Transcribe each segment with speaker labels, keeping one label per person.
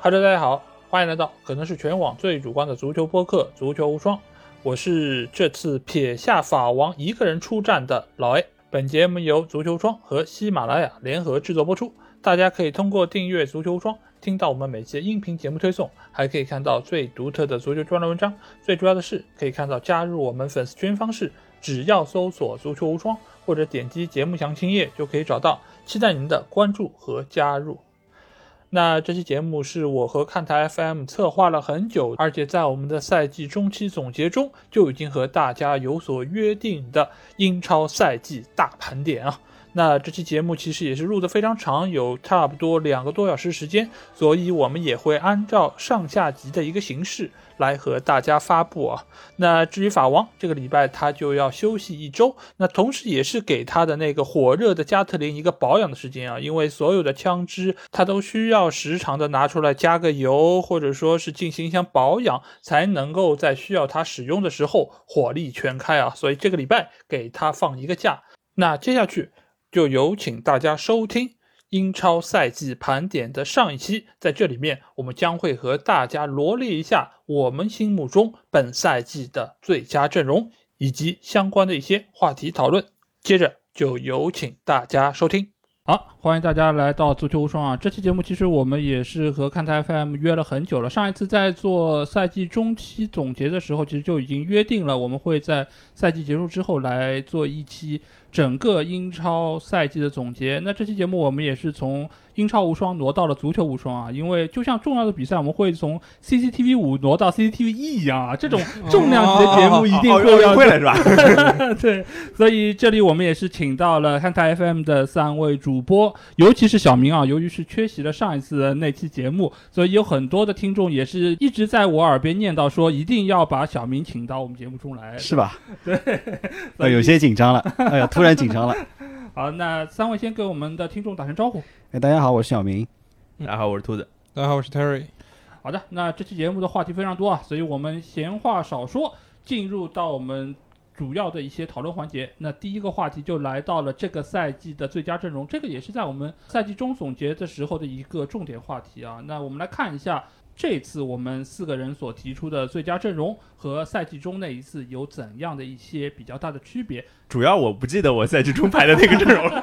Speaker 1: Hello，大家好，欢迎来到可能是全网最主观的足球播客《足球无双》，我是这次撇下法王一个人出战的老 A。本节目由足球窗和喜马拉雅联合制作播出，大家可以通过订阅足球窗听到我们每期的音频节目推送，还可以看到最独特的足球专栏文章。最主要的是，可以看到加入我们粉丝群方式，只要搜索“足球无双”或者点击节目详情页就可以找到。期待您的关注和加入。那这期节目是我和看台 FM 策划了很久，而且在我们的赛季中期总结中就已经和大家有所约定的英超赛季大盘点啊。那这期节目其实也是录的非常长，有差不多两个多小时时间，所以我们也会按照上下集的一个形式来和大家发布啊。那至于法王，这个礼拜他就要休息一周，那同时也是给他的那个火热的加特林一个保养的时间啊，因为所有的枪支他都需要时常的拿出来加个油，或者说是进行一项保养，才能够在需要他使用的时候火力全开啊。所以这个礼拜给他放一个假。那接下去就有请大家收听英超赛季盘点的上一期，在这里面我们将会和大家罗列一下我们心目中本赛季的最佳阵容以及相关的一些话题讨论。接着就有请大家收听。好，欢迎大家来到足球无双啊！这期节目其实我们也是和看台 FM 约了很久了。上一次在做赛季中期总结的时候，其实就已经约定了，我们会在赛季结束之后来做一期整个英超赛季的总结。那这期节目我们也是从英超无双挪到了足球无双啊，因为就像重要的比赛，我们会从 CCTV 五挪到 CCTV 一一样啊，这种
Speaker 2: 哦
Speaker 1: 重量级的节目一定
Speaker 3: 哦哦哦
Speaker 1: 会
Speaker 3: 奥运
Speaker 1: 让
Speaker 3: 会了是吧？
Speaker 1: 对，所以这里我们也是请到了汉台 FM 的三位主播，尤其是小明啊，由于是缺席了上一次的那期节目，所以有很多的听众也是一直在我耳边念叨说，一定要把小明请到我们节目中来。
Speaker 4: 是吧？
Speaker 1: 所
Speaker 4: 呃，
Speaker 1: 以
Speaker 4: 有些紧 张了，哎呀，突然紧张了。
Speaker 1: 好，那三位先给我们的听众打声招呼。
Speaker 4: 哎，大家好，我是小明。
Speaker 3: 大家好，我是兔子。
Speaker 2: 大家好，我是 Terry。
Speaker 1: 好的，那这期节目的话题非常多啊，所以我们闲话少说，进入到我们主要的一些讨论环节。那第一个话题就来到了这个赛季的最佳阵容，这个也是在我们赛季中总结的时候的一个重点话题啊。那我们来看一下这次我们四个人所提出的最佳阵容和赛季中那一次有怎样的一些比较大的区别。
Speaker 3: 主要我不记得我赛季中排的那个阵容了，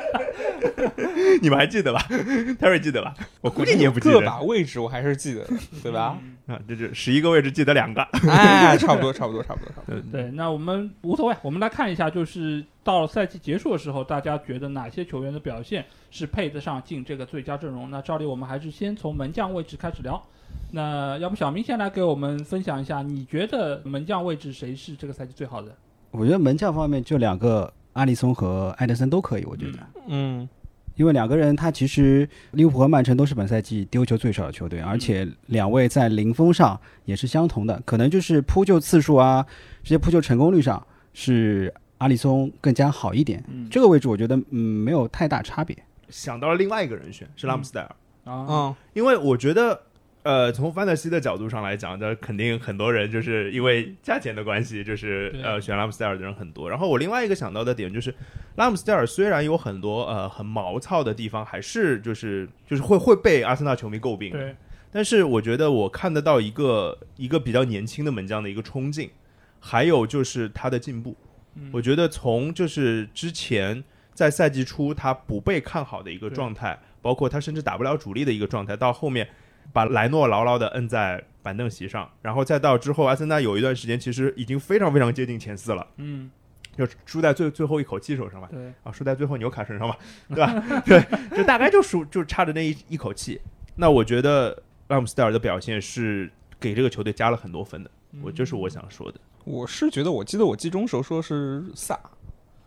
Speaker 3: 你们还记得吧？Terry 记得吧？我估计你也不记
Speaker 2: 个
Speaker 3: 得
Speaker 2: 把位置我还是记得的，对吧？
Speaker 1: 嗯
Speaker 3: 啊，这是十一个位置记得两 个。
Speaker 2: 哎，差不多，差不多，差不多，差不多。
Speaker 3: 嗯，
Speaker 1: 对，那我们无所谓，我们来看一下，就是到赛季结束的时候，大家觉得哪些球员的表现是配得上进这个最佳阵容？那照例我们还是先从门将位置开始聊。那要不小明先来给我们分享一下，你觉得门将位置谁是这个赛季最好的？
Speaker 4: 我觉得门将方面就两个，阿里松和埃德森都可以，我觉得，
Speaker 2: 嗯，
Speaker 4: 因为两个人他其实利物浦和曼城都是本赛季丢球最少的球队，而且两位在零封上也是相同的，可能就是扑救次数啊，这些扑救成功率上是阿里松更加好一点。
Speaker 1: 嗯
Speaker 4: 这个位置我觉得嗯没有太大差别。
Speaker 3: 想到了另外一个人选是拉姆斯戴尔，
Speaker 1: 啊，
Speaker 2: 嗯，
Speaker 3: 因为我觉得。呃，从范德西的角度上来讲，这肯定很多人就是因为价钱的关系，就是
Speaker 1: 对
Speaker 3: 呃选拉姆斯戴尔的人很多。然后我另外一个想到的点就是，拉姆斯戴尔虽然有很多呃很毛糙的地方，还是就是就是会会被阿森纳球迷诟病的。
Speaker 1: 对，
Speaker 3: 但是我觉得我看得到一个一个比较年轻的门将的一个冲劲，还有就是他的进步。
Speaker 1: 嗯
Speaker 3: 我觉得从就是之前在赛季初他不被看好的一个
Speaker 1: 对
Speaker 3: 状态，包括他甚至打不了主力的一个状态，到后面把莱诺牢牢的摁在板凳席上，然后再到之后阿森纳有一段时间其实已经非常非常接近前四了，
Speaker 1: 嗯，
Speaker 3: 就输在最最后一口气手上吧。
Speaker 1: 对，
Speaker 3: 啊，输在最后纽卡身上吧，对吧？ 对，就大概就输就差着那一一口气。那我觉得拉姆斯戴尔的表现是给这个球队加了很多分的，
Speaker 1: 嗯
Speaker 3: 我这是我想说的。
Speaker 2: 我是觉得，我记得我季中时候说是萨，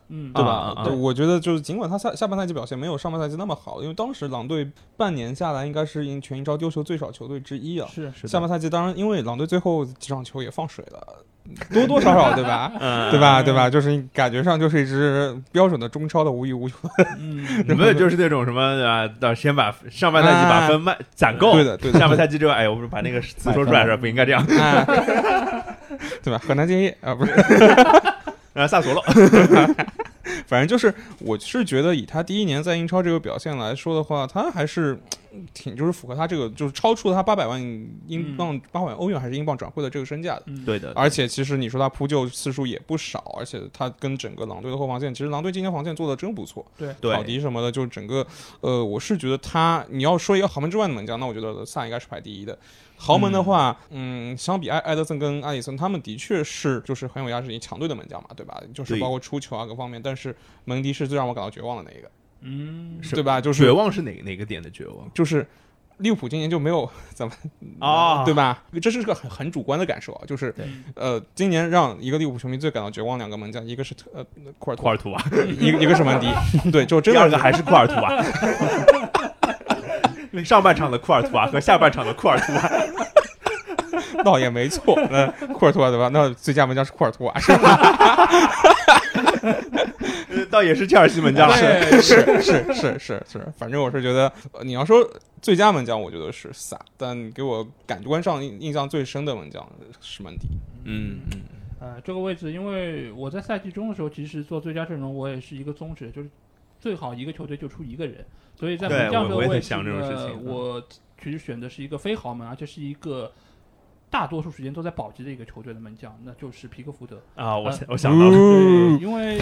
Speaker 1: 嗯，
Speaker 2: 对
Speaker 3: 啊
Speaker 2: 吧？
Speaker 3: 啊啊
Speaker 2: 对，我觉得就是尽管他下下半赛季表现没有上半赛季那么好，因为当时狼队半年下来应该是英全英超丢球最少球队之一啊。
Speaker 1: 是，
Speaker 3: 是
Speaker 2: 下
Speaker 3: 的，
Speaker 2: 半赛季当然，因为狼队最后几场球也放水了，多多少少对吧？
Speaker 3: 嗯，
Speaker 2: 对吧？对吧？就是感觉上就是一支标准的中超的无欲无求。
Speaker 1: 嗯，
Speaker 3: 你们就是那种什么啊，到先把上半赛季把分卖、攒够，
Speaker 2: 啊对的，对的。
Speaker 3: 下半赛季就哎，我们把那个词说出来是吧不应该这样。
Speaker 2: 哎， 对吧？河南建业啊，不是，
Speaker 3: 啊，萨 索洛，
Speaker 2: 反正就是，我是觉得以他第一年在英超这个表现来说的话，他还是挺就是符合他这个就是超出了他八百万英镑、八百万欧元还是英镑转会的这个身价的。
Speaker 1: 嗯，
Speaker 3: 呃对的，
Speaker 2: 而且其实你说他扑救次数也不少，而且他跟整个狼队的后防线，其实狼队今年防线做的真不错，
Speaker 1: 对
Speaker 2: 考
Speaker 3: 对
Speaker 2: 迪什么的，就是整个呃，我是觉得他你要说一个豪门之外的门将，那我觉得萨应该是排第一的。豪门的话，嗯，相比埃埃德森跟埃里森，他们的确是就是很有压制力、强队的门将嘛，对吧？就是
Speaker 3: 对
Speaker 2: 包括出球啊各方面，但是蒙迪是最让我感到绝望的那一个，
Speaker 1: 嗯，
Speaker 3: 是
Speaker 2: 对吧？就是
Speaker 3: 绝望是哪哪个点的绝望
Speaker 2: 就是利物浦今年就没有咱们
Speaker 3: 啊
Speaker 2: 对吧？这是个很很主观的感受啊，就是
Speaker 3: 对
Speaker 2: 呃，今年让一个利物浦球迷最感到绝望两个门将，一个是特呃库尔图
Speaker 3: 库，尔图瓦，
Speaker 2: 一个一个是门 迪，对， 就真
Speaker 3: 第
Speaker 2: 的
Speaker 3: 二个还是库尔图 瓦。因为 上半场的库尔图瓦啊和下半场的库尔图啊 瓦，
Speaker 2: 倒也没错，那库尔图瓦对吧？那最佳门将是库尔图瓦是吧？
Speaker 3: 呃倒也是切尔西门将
Speaker 1: 对
Speaker 2: 是是是是是是，反正我是觉得，呃你要说最佳门将，我觉得是萨，但给我感官上印印象最深的门将是门迪，
Speaker 3: 嗯嗯，
Speaker 1: 呃，这个位置，因为我在赛季中的时候，其实做最佳阵容，我也是一个宗旨，就是最好一个球队就出一个人。所以在
Speaker 3: 对
Speaker 1: 门将
Speaker 3: 我
Speaker 1: 这
Speaker 3: 我
Speaker 1: 个
Speaker 3: 也在
Speaker 1: 位置
Speaker 3: 想这种事
Speaker 1: 呢，
Speaker 3: 情
Speaker 1: 我其实选的是一个非豪门，而且是一个大多数时间都在保级的一个球队的门将，那就是皮克福德。
Speaker 3: 啊，我
Speaker 1: 呃
Speaker 3: 想我想到了，
Speaker 1: 对，因 为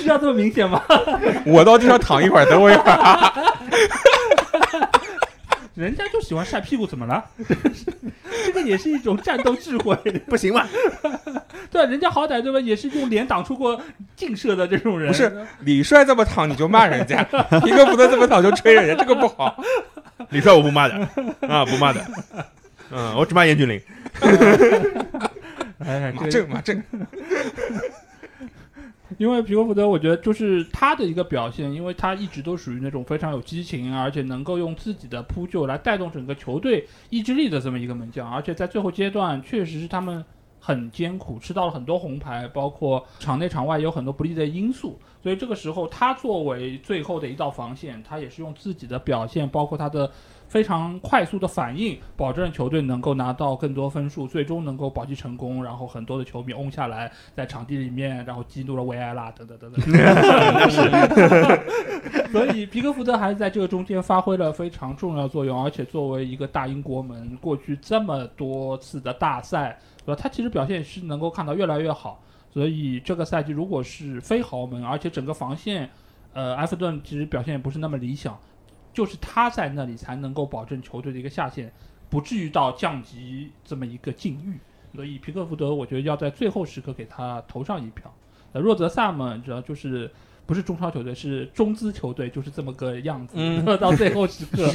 Speaker 1: 需要这么明显吗？
Speaker 2: 我到地上躺一会儿，等我一会儿，
Speaker 1: 人家就喜欢晒屁股，怎么了？ 这个也是一种战斗智慧，
Speaker 3: 不行吗？
Speaker 1: 对啊吧，人家好歹对吧，也是用脸挡出过劲射的这种人。
Speaker 2: 不是李帅这么躺你就骂人家，一个不能这么躺就吹人家，这个不好。
Speaker 3: 李帅我不骂的啊，不骂的，嗯，我只骂严俊凌。
Speaker 1: 哎，
Speaker 2: 马
Speaker 1: 这个
Speaker 2: 正马正，
Speaker 1: 因为皮克福德，我觉得就是他的一个表现，因为他一直都属于那种非常有激情，啊而且能够用自己的扑救来带动整个球队意志力的这么一个门将，而且在最后阶段确实是他们很艰苦，吃到了很多红牌，包括场内场外有很多不利的因素，所以这个时候他作为最后的一道防线，他也是用自己的表现，包括他的。非常快速的反应，保证球队能够拿到更多分数，最终能够保级成功。然后很多的球迷嗡下来，在场地里面，然后激怒了维埃拉等等等等。所以皮克福德还是在这个中间发挥了非常重要的作用，而且作为一个大英国门，过去这么多次的大赛，对吧？他其实表现是能够看到越来越好。所以这个赛季如果是非豪门，而且整个防线，呃，埃弗顿其实表现也不是那么理想，就是他在那里才能够保证球队的一个下限不至于到降级这么一个境遇。所以皮克福德，我觉得要在最后时刻给他投上一票。呃，若泽萨嘛，你知道，就是不是中超球队，是中资球队，就是这么个样子。
Speaker 2: 嗯
Speaker 1: 到最后时 刻，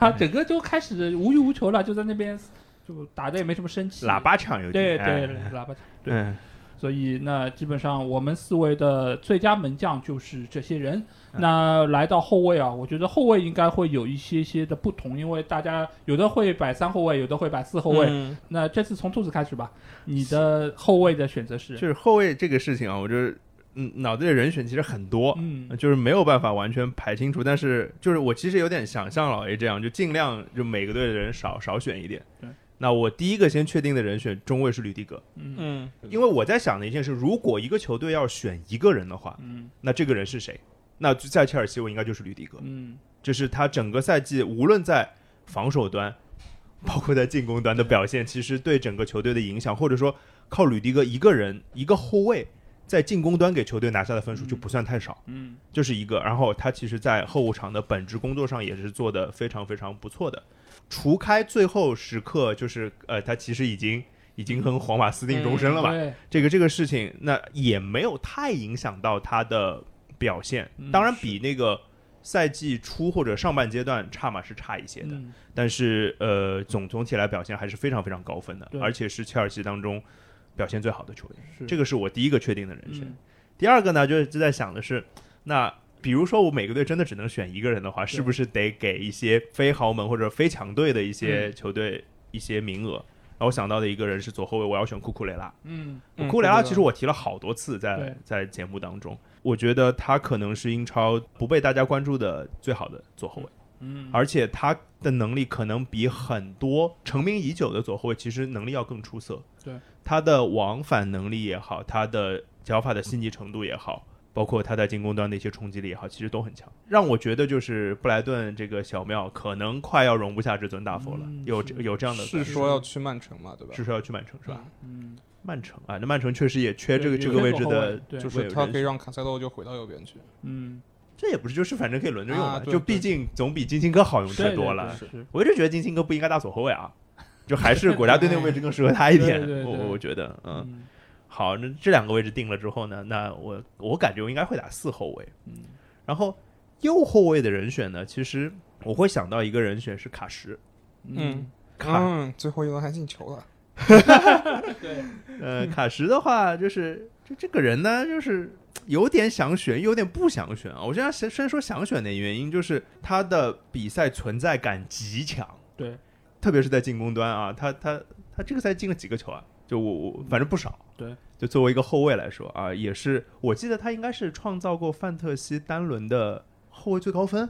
Speaker 1: 他整个就开始无欲无求了，就在那边就打的也没什么生气。
Speaker 3: 喇，叭腔有
Speaker 1: 对
Speaker 3: 点，
Speaker 1: 对，
Speaker 3: 哎
Speaker 1: 喇叭场。对
Speaker 3: 嗯，
Speaker 1: 所以那基本上我们四位的最佳门将就是这些人。
Speaker 3: 嗯
Speaker 1: 那来到后卫啊，我觉得后卫应该会有一些些的不同，因为大家有的会摆三后卫，有的会摆四后卫。
Speaker 2: 嗯
Speaker 1: 那这次从兔子开始吧，你的后卫的选择是，
Speaker 3: 就是后卫这个事情啊，我就是嗯，脑子里的人选其实很多，
Speaker 1: 嗯
Speaker 3: 就是没有办法完全排清楚，但是就是我其实有点想像老 A 这样，就尽量就每个队的人少少选一点
Speaker 1: 对。
Speaker 3: 那我第一个先确定的人选中卫是吕迪格，
Speaker 1: 嗯
Speaker 2: 嗯，
Speaker 3: 因为我在想的一件事，如果一个球队要选一个人的话，
Speaker 1: 嗯
Speaker 3: 那这个人是谁？那就在切尔西，我应该就是吕迪格。
Speaker 1: 嗯
Speaker 3: 这是他整个赛季无论在防守端，包括在进攻端的表现，其实对整个球队的影响，或者说靠吕迪格一个人一个后卫在进攻端给球队拿下的分数就不算太少。
Speaker 1: 嗯
Speaker 3: 这是一个。然后他其实，在后场的本职工作上也是做的非常非常不错的。除开最后时刻，就是呃，他其实已经已经跟皇马私定终身了嘛，
Speaker 1: 对，
Speaker 3: 这个这个事情，那也没有太影响到他的表现。
Speaker 1: 嗯
Speaker 3: 当然，比那个赛季初或者上半阶段差嘛是差一些的，
Speaker 1: 嗯
Speaker 3: 但是呃，总总体来表现还是非常非常高分的，
Speaker 1: 对
Speaker 3: 而且是切尔西当中表现最好的球员。
Speaker 1: 是嗯
Speaker 3: 这
Speaker 1: 个
Speaker 3: 个是我第一个确定的人选。第二个呢，就是就在想的是，那比如说我每个队真的只能选一个人的话，是不是得给一些非豪门或者非强队的一
Speaker 1: 嗯
Speaker 3: 些球队一些名额？然后我想到的一个人是左后卫，我要选库库雷拉。
Speaker 1: 嗯
Speaker 2: 嗯
Speaker 3: 库库雷拉
Speaker 2: 库库雷拉
Speaker 3: 其实我提了好多次在
Speaker 1: 对
Speaker 3: 在节目当中，我觉得他可能是英超不被大家关注的最好的左后卫，
Speaker 1: 嗯
Speaker 3: 而且他的能力可能比很多成名已久的左后卫其实能力要更出色。
Speaker 1: 对，
Speaker 3: 他的往返能力也好，他的脚法的细腻程度也好，包括他在进攻端的一些冲击力也好，其实都很强。让我觉得就是布莱顿这个小庙可能快要容不下至尊大佛了，有这有这样的
Speaker 2: 是
Speaker 3: 感觉
Speaker 2: 说要去曼城嘛，对吧？
Speaker 3: 是说要去曼城是吧？
Speaker 1: 嗯，
Speaker 3: 曼城啊，那曼城确实也缺这个
Speaker 1: 对
Speaker 3: 这个位置
Speaker 1: 有这个后
Speaker 3: 的
Speaker 1: 卫，对
Speaker 2: 就
Speaker 3: 位
Speaker 2: 是
Speaker 3: 有
Speaker 2: 他
Speaker 3: 人
Speaker 2: 可以
Speaker 3: 选
Speaker 2: 让卡塞洛就回到右边去。
Speaker 1: 嗯，
Speaker 3: 这也不是就是反正可以轮着用嘛，
Speaker 2: 啊对
Speaker 3: 就毕竟总比金星哥好用太
Speaker 1: 对
Speaker 3: 多了。
Speaker 1: 对对是
Speaker 3: 我一直觉得金星哥不应该打左后卫啊，就还是国家队那个位置更适合他一点。
Speaker 1: 对 对对
Speaker 3: 我
Speaker 1: 对
Speaker 3: 我觉得，嗯，
Speaker 1: 嗯
Speaker 3: 好，那这两个位置定了之后呢，那我我感觉我应该会打四后卫。
Speaker 1: 嗯，
Speaker 3: 然后右后卫的人选呢，其实我会想到一个人选是卡什，
Speaker 1: 嗯，
Speaker 3: 卡
Speaker 2: 嗯，最后一轮还进球了。
Speaker 1: 对，
Speaker 3: 呃，卡什的话就是这这个人呢，就是有点想选，有点不想选啊。我现在虽虽然说想选的原因，就是他的比赛存在感极强，
Speaker 1: 对，
Speaker 3: 特别是在进攻端啊，他他他这个赛季进了几个球啊？就我我反正不少。
Speaker 1: 对，
Speaker 3: 就作为一个后卫来说啊，也是我记得他应该是创造过范特西单轮的后卫最高分。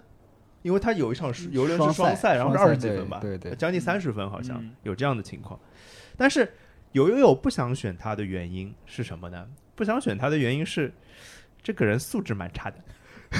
Speaker 3: 因为他有一场是有一轮是
Speaker 4: 双
Speaker 3: 双
Speaker 4: 赛
Speaker 3: 赛，然后是
Speaker 4: 双
Speaker 3: 二十
Speaker 4: 赛
Speaker 3: 几分
Speaker 4: 对
Speaker 3: 吧，
Speaker 4: 对对
Speaker 3: 将近三十分好像、
Speaker 1: 嗯
Speaker 3: 有这样的情况。但是有有有不想选他的原因是什么呢？不想选他的原因是这个人素质蛮差的，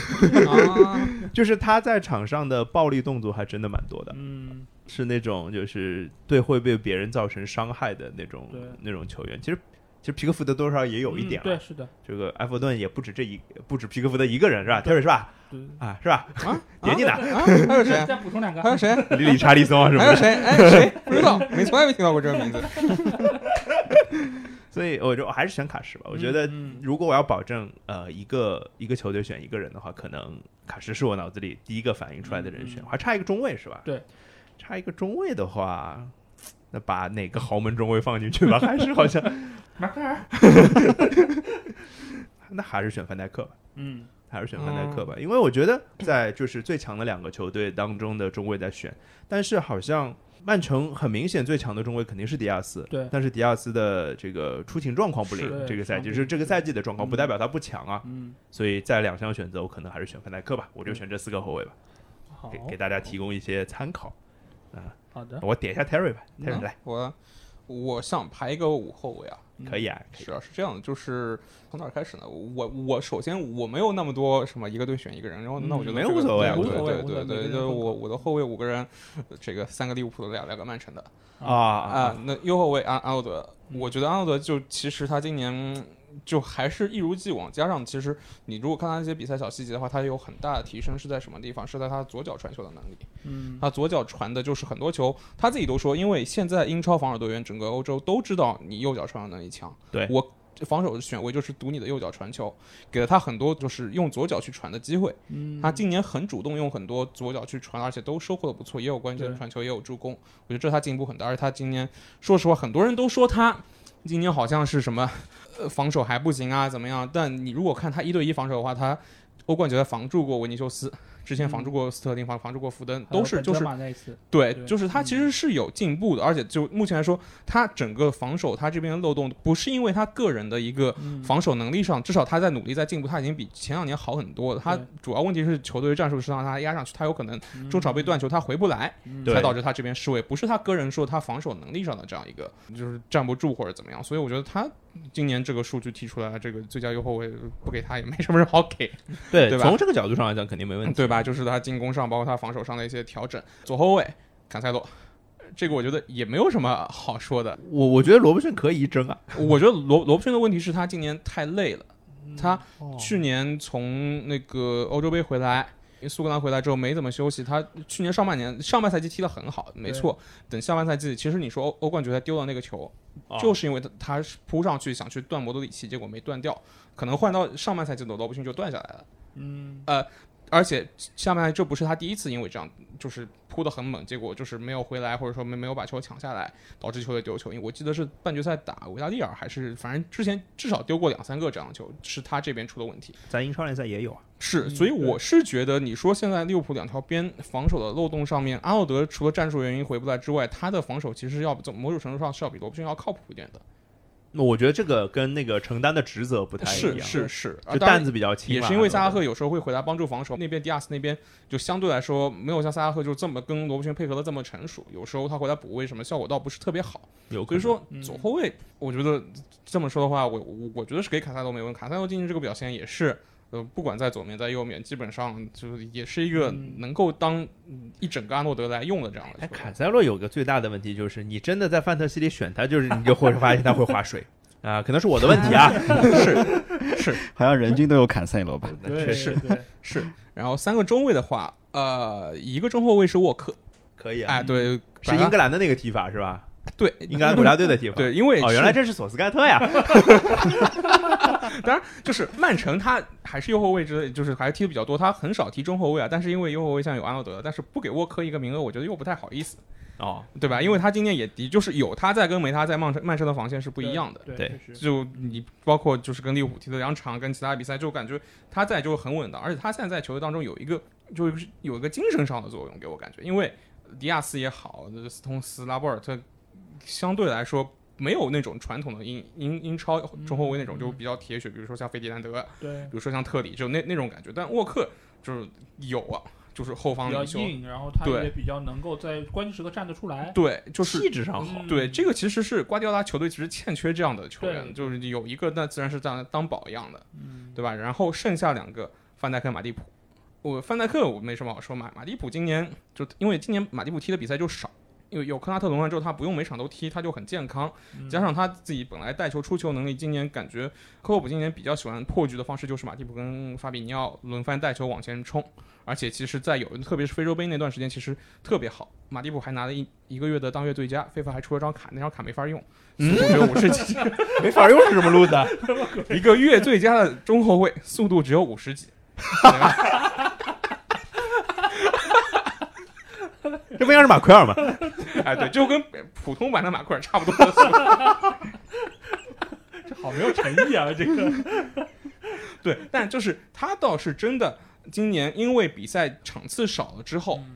Speaker 2: 啊，
Speaker 3: 就是他在场上的暴力动作还真的蛮多的，
Speaker 1: 嗯，
Speaker 3: 是那种就是对会被别人造成伤害的那种
Speaker 1: 对
Speaker 3: 那种球员。其实其实皮克福德多少也有一点、
Speaker 1: 嗯
Speaker 3: 啊
Speaker 1: 对，是的，
Speaker 3: 这个埃弗顿也不止这一不止皮克福德一个人是吧？特瑞是吧？
Speaker 1: 对，
Speaker 3: 啊是吧？
Speaker 2: 啊，
Speaker 3: 别你打，
Speaker 2: 还 有谁？啊
Speaker 1: 再补充两个
Speaker 2: 还，有谁？
Speaker 3: 里里查理松啊什么
Speaker 2: 还
Speaker 3: 的
Speaker 2: 有。谁？哎，谁？不知道，没从来没听到过这个名 字。
Speaker 3: 所以我就我还是选卡什吧。我觉得
Speaker 1: 嗯
Speaker 3: 如果我要保证呃一个一个球队选一个人的话，可能卡什是我脑子里第一个反应出来的人选，
Speaker 1: 嗯嗯
Speaker 3: 还差一个中卫是吧？
Speaker 1: 对，
Speaker 3: 差一个中卫的话，那把哪个豪门中卫放进去吧？还是好像
Speaker 1: 马奎尔，
Speaker 3: 那还是选范戴克吧。
Speaker 1: 嗯，
Speaker 3: 还是选范戴克吧，因为我觉得在就是最强的两个球队当中的中卫在选，但是好像曼城很明显最强的中卫肯定是迪亚斯，
Speaker 1: 对
Speaker 3: 但是迪亚斯的这个出勤状况不灵
Speaker 1: 是，
Speaker 3: 这个赛季
Speaker 1: 对
Speaker 3: 是这个赛季的状况，
Speaker 1: 嗯
Speaker 3: 不代表他不强啊，
Speaker 1: 嗯，
Speaker 3: 所以在两项选择，我可能还是选范戴克吧，我
Speaker 2: 嗯
Speaker 3: 就选这四个后卫吧，
Speaker 1: 好
Speaker 2: 哦
Speaker 3: 给，给大家提供一些参考。
Speaker 1: 好
Speaker 2: 嗯
Speaker 1: 的，
Speaker 3: 我点一下 Terry 吧，Terry 来，
Speaker 2: 我我想排一个五后卫啊。
Speaker 1: 嗯
Speaker 3: 可以啊，可以
Speaker 2: 是啊，是这样的，就是从哪儿开始呢？我我首先我没有那么多什么一个队选一个人，然后那我觉得
Speaker 3: 没有
Speaker 2: 这个
Speaker 3: 无所谓啊
Speaker 2: 对
Speaker 3: 无所
Speaker 1: 谓
Speaker 2: 对
Speaker 1: 无所
Speaker 2: 对
Speaker 1: 谓每个
Speaker 2: 对对，
Speaker 1: 人
Speaker 2: 就是
Speaker 1: 都
Speaker 2: 我我的后卫五个人，这个三个利物浦的，俩两个曼城的，
Speaker 3: 啊
Speaker 2: 啊
Speaker 3: 啊，，
Speaker 2: 那右后卫安安奥德，我觉得安奥德就其实他今年就还是一如既往，加上其实你如果看他一些比赛小细节的话，他有很大的提升是在什么地方？是在他左脚传球的能力。
Speaker 1: 嗯，
Speaker 2: 他左脚传的就是很多球，他自己都说，因为现在英超防守队员整个欧洲都知道你右脚传球能力强，
Speaker 3: 对
Speaker 2: 我防守选位就是赌你的右脚传球，给了他很多就是用左脚去传的机会。
Speaker 1: 嗯
Speaker 2: 他今年很主动用很多左脚去传，而且都收获的不错，也有关键
Speaker 1: 对
Speaker 2: 传球，也有助攻。我觉得这他进步很大。而且他今年，说实话，很多人都说他今年好像是什么呃防守还不行啊，怎么样？但你如果看他一对一防守的话，他欧冠决赛防住过维尼修斯，之前防住过斯特林，防防住过福登，都是就是
Speaker 1: 马那一次，
Speaker 2: 对，
Speaker 1: 对
Speaker 2: 就是他
Speaker 1: 嗯
Speaker 2: 其实是有进步的，而且就目前来说，他整个防守他这边的漏洞不是因为他个人的一个
Speaker 1: 嗯
Speaker 2: 防守能力上，至少他在努力在进步，他已经比前两年好很多了。他
Speaker 1: 对嗯
Speaker 2: 主要问题是球队战术是让他压上去，他有可能中场被断球，他回不来，
Speaker 3: 对
Speaker 2: 才导致他这边失位，不是他个人说他防守能力上的这样一个就是站不住或者怎么样。所以我觉得他今年这个数据提出来，这个最佳右后卫不给他也没什么人好给。
Speaker 3: 对，
Speaker 2: 对吧
Speaker 3: 从这个角度上来讲肯定没问题，
Speaker 2: 对吧？就是他进攻上，包括他防守上的一些调整。左后卫坎塞洛，这个我觉得也没有什么好说的。
Speaker 3: 我我觉得罗伯逊可以一争啊，
Speaker 2: 我觉得罗罗布逊的问题是他今年太累了，他
Speaker 3: 哦
Speaker 2: 去年从那个欧洲杯回来。苏格兰回来之后没怎么休息，他去年上半年上半赛季踢得很好，没错。等下半赛季，其实你说欧欧冠决赛丢了那个球，就是是因为他他是扑上去想去断摩德里奇，结果没断掉，可能换到上半赛季的罗布逊就断下来了。呃
Speaker 1: 嗯，
Speaker 2: 而且下半来这不是他第一次因为这样就是扑得很猛，结果就是没有回来，或者说没没有把球抢下来，导致球队丢球。因为我记得是半决赛打维拉利尔，还是反正之前至少丢过两三个这样的球，是他这边出的问题。
Speaker 3: 咱英超联赛也有啊，
Speaker 2: 是，
Speaker 1: 嗯
Speaker 2: 所以
Speaker 1: 对
Speaker 2: 我是觉得你说现在利物浦两条边防守的漏洞上面，阿诺德除了战术原因回不来之外，他的防守其实要比某种程度上是要比罗布逊要靠谱一点的。
Speaker 3: 那我觉得这个跟那个承担的职责不太一样，
Speaker 2: 是是是，啊
Speaker 3: 就
Speaker 2: 当然
Speaker 3: 担子比较轻
Speaker 2: 也
Speaker 3: 嘛，
Speaker 2: 是因为
Speaker 3: 很多
Speaker 2: 萨拉
Speaker 3: 人
Speaker 2: 赫有时候会回来帮助防守，那边迪亚斯那边就相对来说没有像萨拉赫就这么跟罗伯逊配合的这么成熟，有时候他回来补位什么效果倒不是特别好。
Speaker 3: 有
Speaker 2: 所以
Speaker 3: 可能，
Speaker 2: 说
Speaker 1: 嗯
Speaker 2: 左后卫，我觉得这么说的话，我我我觉得是给卡塞罗没问，卡塞罗今天这个表现也是呃，不管在左面在右面，基本上就是也是一个
Speaker 3: 嗯
Speaker 2: 能够当一整个阿诺德来用的这样的
Speaker 3: 哎，
Speaker 2: 球员。
Speaker 3: 坎塞洛有个最大的问题就是，你真的在范特西里选他，就是你就会发现他会划水 啊，可能是我的问题啊，
Speaker 4: 好像人均都有坎塞罗吧？
Speaker 3: 那确实
Speaker 1: 对，
Speaker 2: 是，然后三个中卫的话，呃，一个中后卫是沃克，
Speaker 3: 可以啊，
Speaker 2: 哎，对，
Speaker 3: 是英格兰的那个踢法是吧？
Speaker 2: 对
Speaker 3: 英格兰国家队的踢法。
Speaker 2: 对，因为
Speaker 3: 哦，
Speaker 2: 是
Speaker 3: 原来这是索斯盖特呀，
Speaker 2: 当然，就是曼城他还是右后卫之类，就是还是踢的比较多，他很少踢中后卫啊。但是因为右后卫现在有安诺德，但是不给沃科一个名额，我觉得又不太好意思，
Speaker 3: 哦，
Speaker 2: 对吧？因为他今年也的就是有他在跟没他在曼城曼城的防线是不一样的。
Speaker 1: 对
Speaker 3: 对
Speaker 1: 确实
Speaker 2: 就你包括就是跟利物浦踢的两场，跟其他比赛就感觉他在就很稳当，而且他现在在球队当中有一个就是有一个精神上的作用给我感觉，因为迪亚斯也好，斯通斯、拉波尔特相对来说没有那种传统的英英英超中后卫那种就
Speaker 1: 嗯
Speaker 2: 比较铁血，比如说像费迪南德，
Speaker 1: 对
Speaker 2: 比，如说像特里，就那那种感觉。但沃克就是有啊，就是后方
Speaker 1: 比较
Speaker 2: 领袖，
Speaker 1: 硬，然后他
Speaker 2: 对
Speaker 1: 也比较能够在关键时刻站得出来，
Speaker 2: 对，就是
Speaker 3: 气质上好。
Speaker 1: 嗯
Speaker 2: 对，这个其实是瓜迪奥拉球队其实欠缺这样的球员，
Speaker 1: 对
Speaker 2: 就是有一个那自然是当当榜样的，
Speaker 1: 嗯
Speaker 2: 对吧？然后剩下两个范戴克、马蒂普。我范戴克我没什么好说，马马蒂普今年就因为今年马蒂普踢的比赛就少，因为有科纳特轮换之后，他不用每场都踢，他就很健康，
Speaker 1: 嗯
Speaker 2: 加上他自己本来带球出球能力，今年感觉科沃普今年比较喜欢破局的方式，就是马蒂普跟法比尼奥轮番带球往前冲，而且其实，在有特别是非洲杯那段时间，其实特别好，马蒂普还拿了一一个月的当月最佳，非法还出了张卡，那张卡没法用，所以我觉得我是
Speaker 3: 没法用是什么 路子啊？
Speaker 2: 一个月最佳的中后卫，速度只有五十几，对吧
Speaker 3: 这不应该是马奎尔吗？
Speaker 2: 哎，对，就跟普通版的马奎尔差不多的速度
Speaker 1: 这好没有诚意啊，这个
Speaker 2: 对，但就是他倒是真的，今年因为比赛场次少了之后，
Speaker 1: 嗯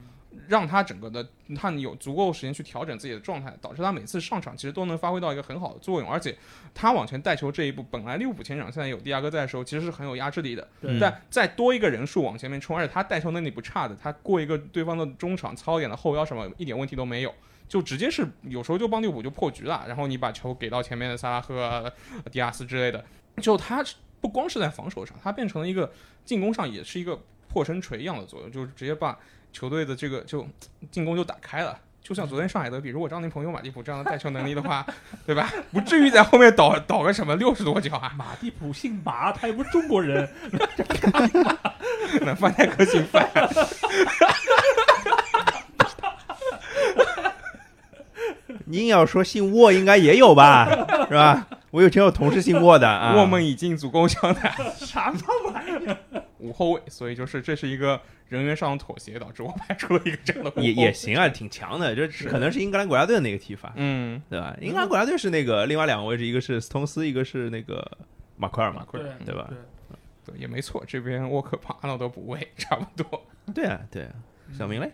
Speaker 2: 让他整个的他有足够时间去调整自己的状态，导致他每次上场其实都能发挥到一个很好的作用，而且他往前带球这一步，本来利物浦前场现在有迪亚哥在的时候，其实是很有压制力的，
Speaker 1: 对
Speaker 2: 但再多一个人数往前面冲，而且他带球能力不差的，他过一个对方的中场操一点的后腰什么一点问题都没有。就直接是有时候就帮利物浦就破局了，然后你把球给到前面的萨拉赫、迪亚斯之类的，就他不光是在防守上，他变成了一个进攻上也是一个破身锤一样的作用，就是直接把球队的这个就进攻就打开了。就像昨天上海德比，如果张琳芃有马蒂普这样的带球能力的话，对吧？不至于在后面倒倒个什么六十多脚啊！
Speaker 1: 马蒂普姓马，他又不是中国人，
Speaker 2: 那范戴克进范，
Speaker 3: 你硬要说姓沃，应该也有 吧，是吧？我有真有同事姓沃的啊。
Speaker 2: 我们已经足够强大。
Speaker 1: 啥嘛玩意儿？
Speaker 2: 五后卫，所以就是这是一个人员上的妥协，导致我排除了一个这样的五后卫
Speaker 3: 也也行啊，挺强的，这可能是英格兰国家队的那个踢法，
Speaker 2: 嗯，
Speaker 3: 对吧？英格兰国家队是那个另外两个位置，一个是斯通斯，一个是那个马奎尔嘛，
Speaker 1: 对
Speaker 2: 嗯
Speaker 3: 对吧？
Speaker 2: 对，也没错，这边沃克帕诺德补位差不多。
Speaker 3: 对啊，对啊，
Speaker 1: 嗯
Speaker 3: 小明嘞，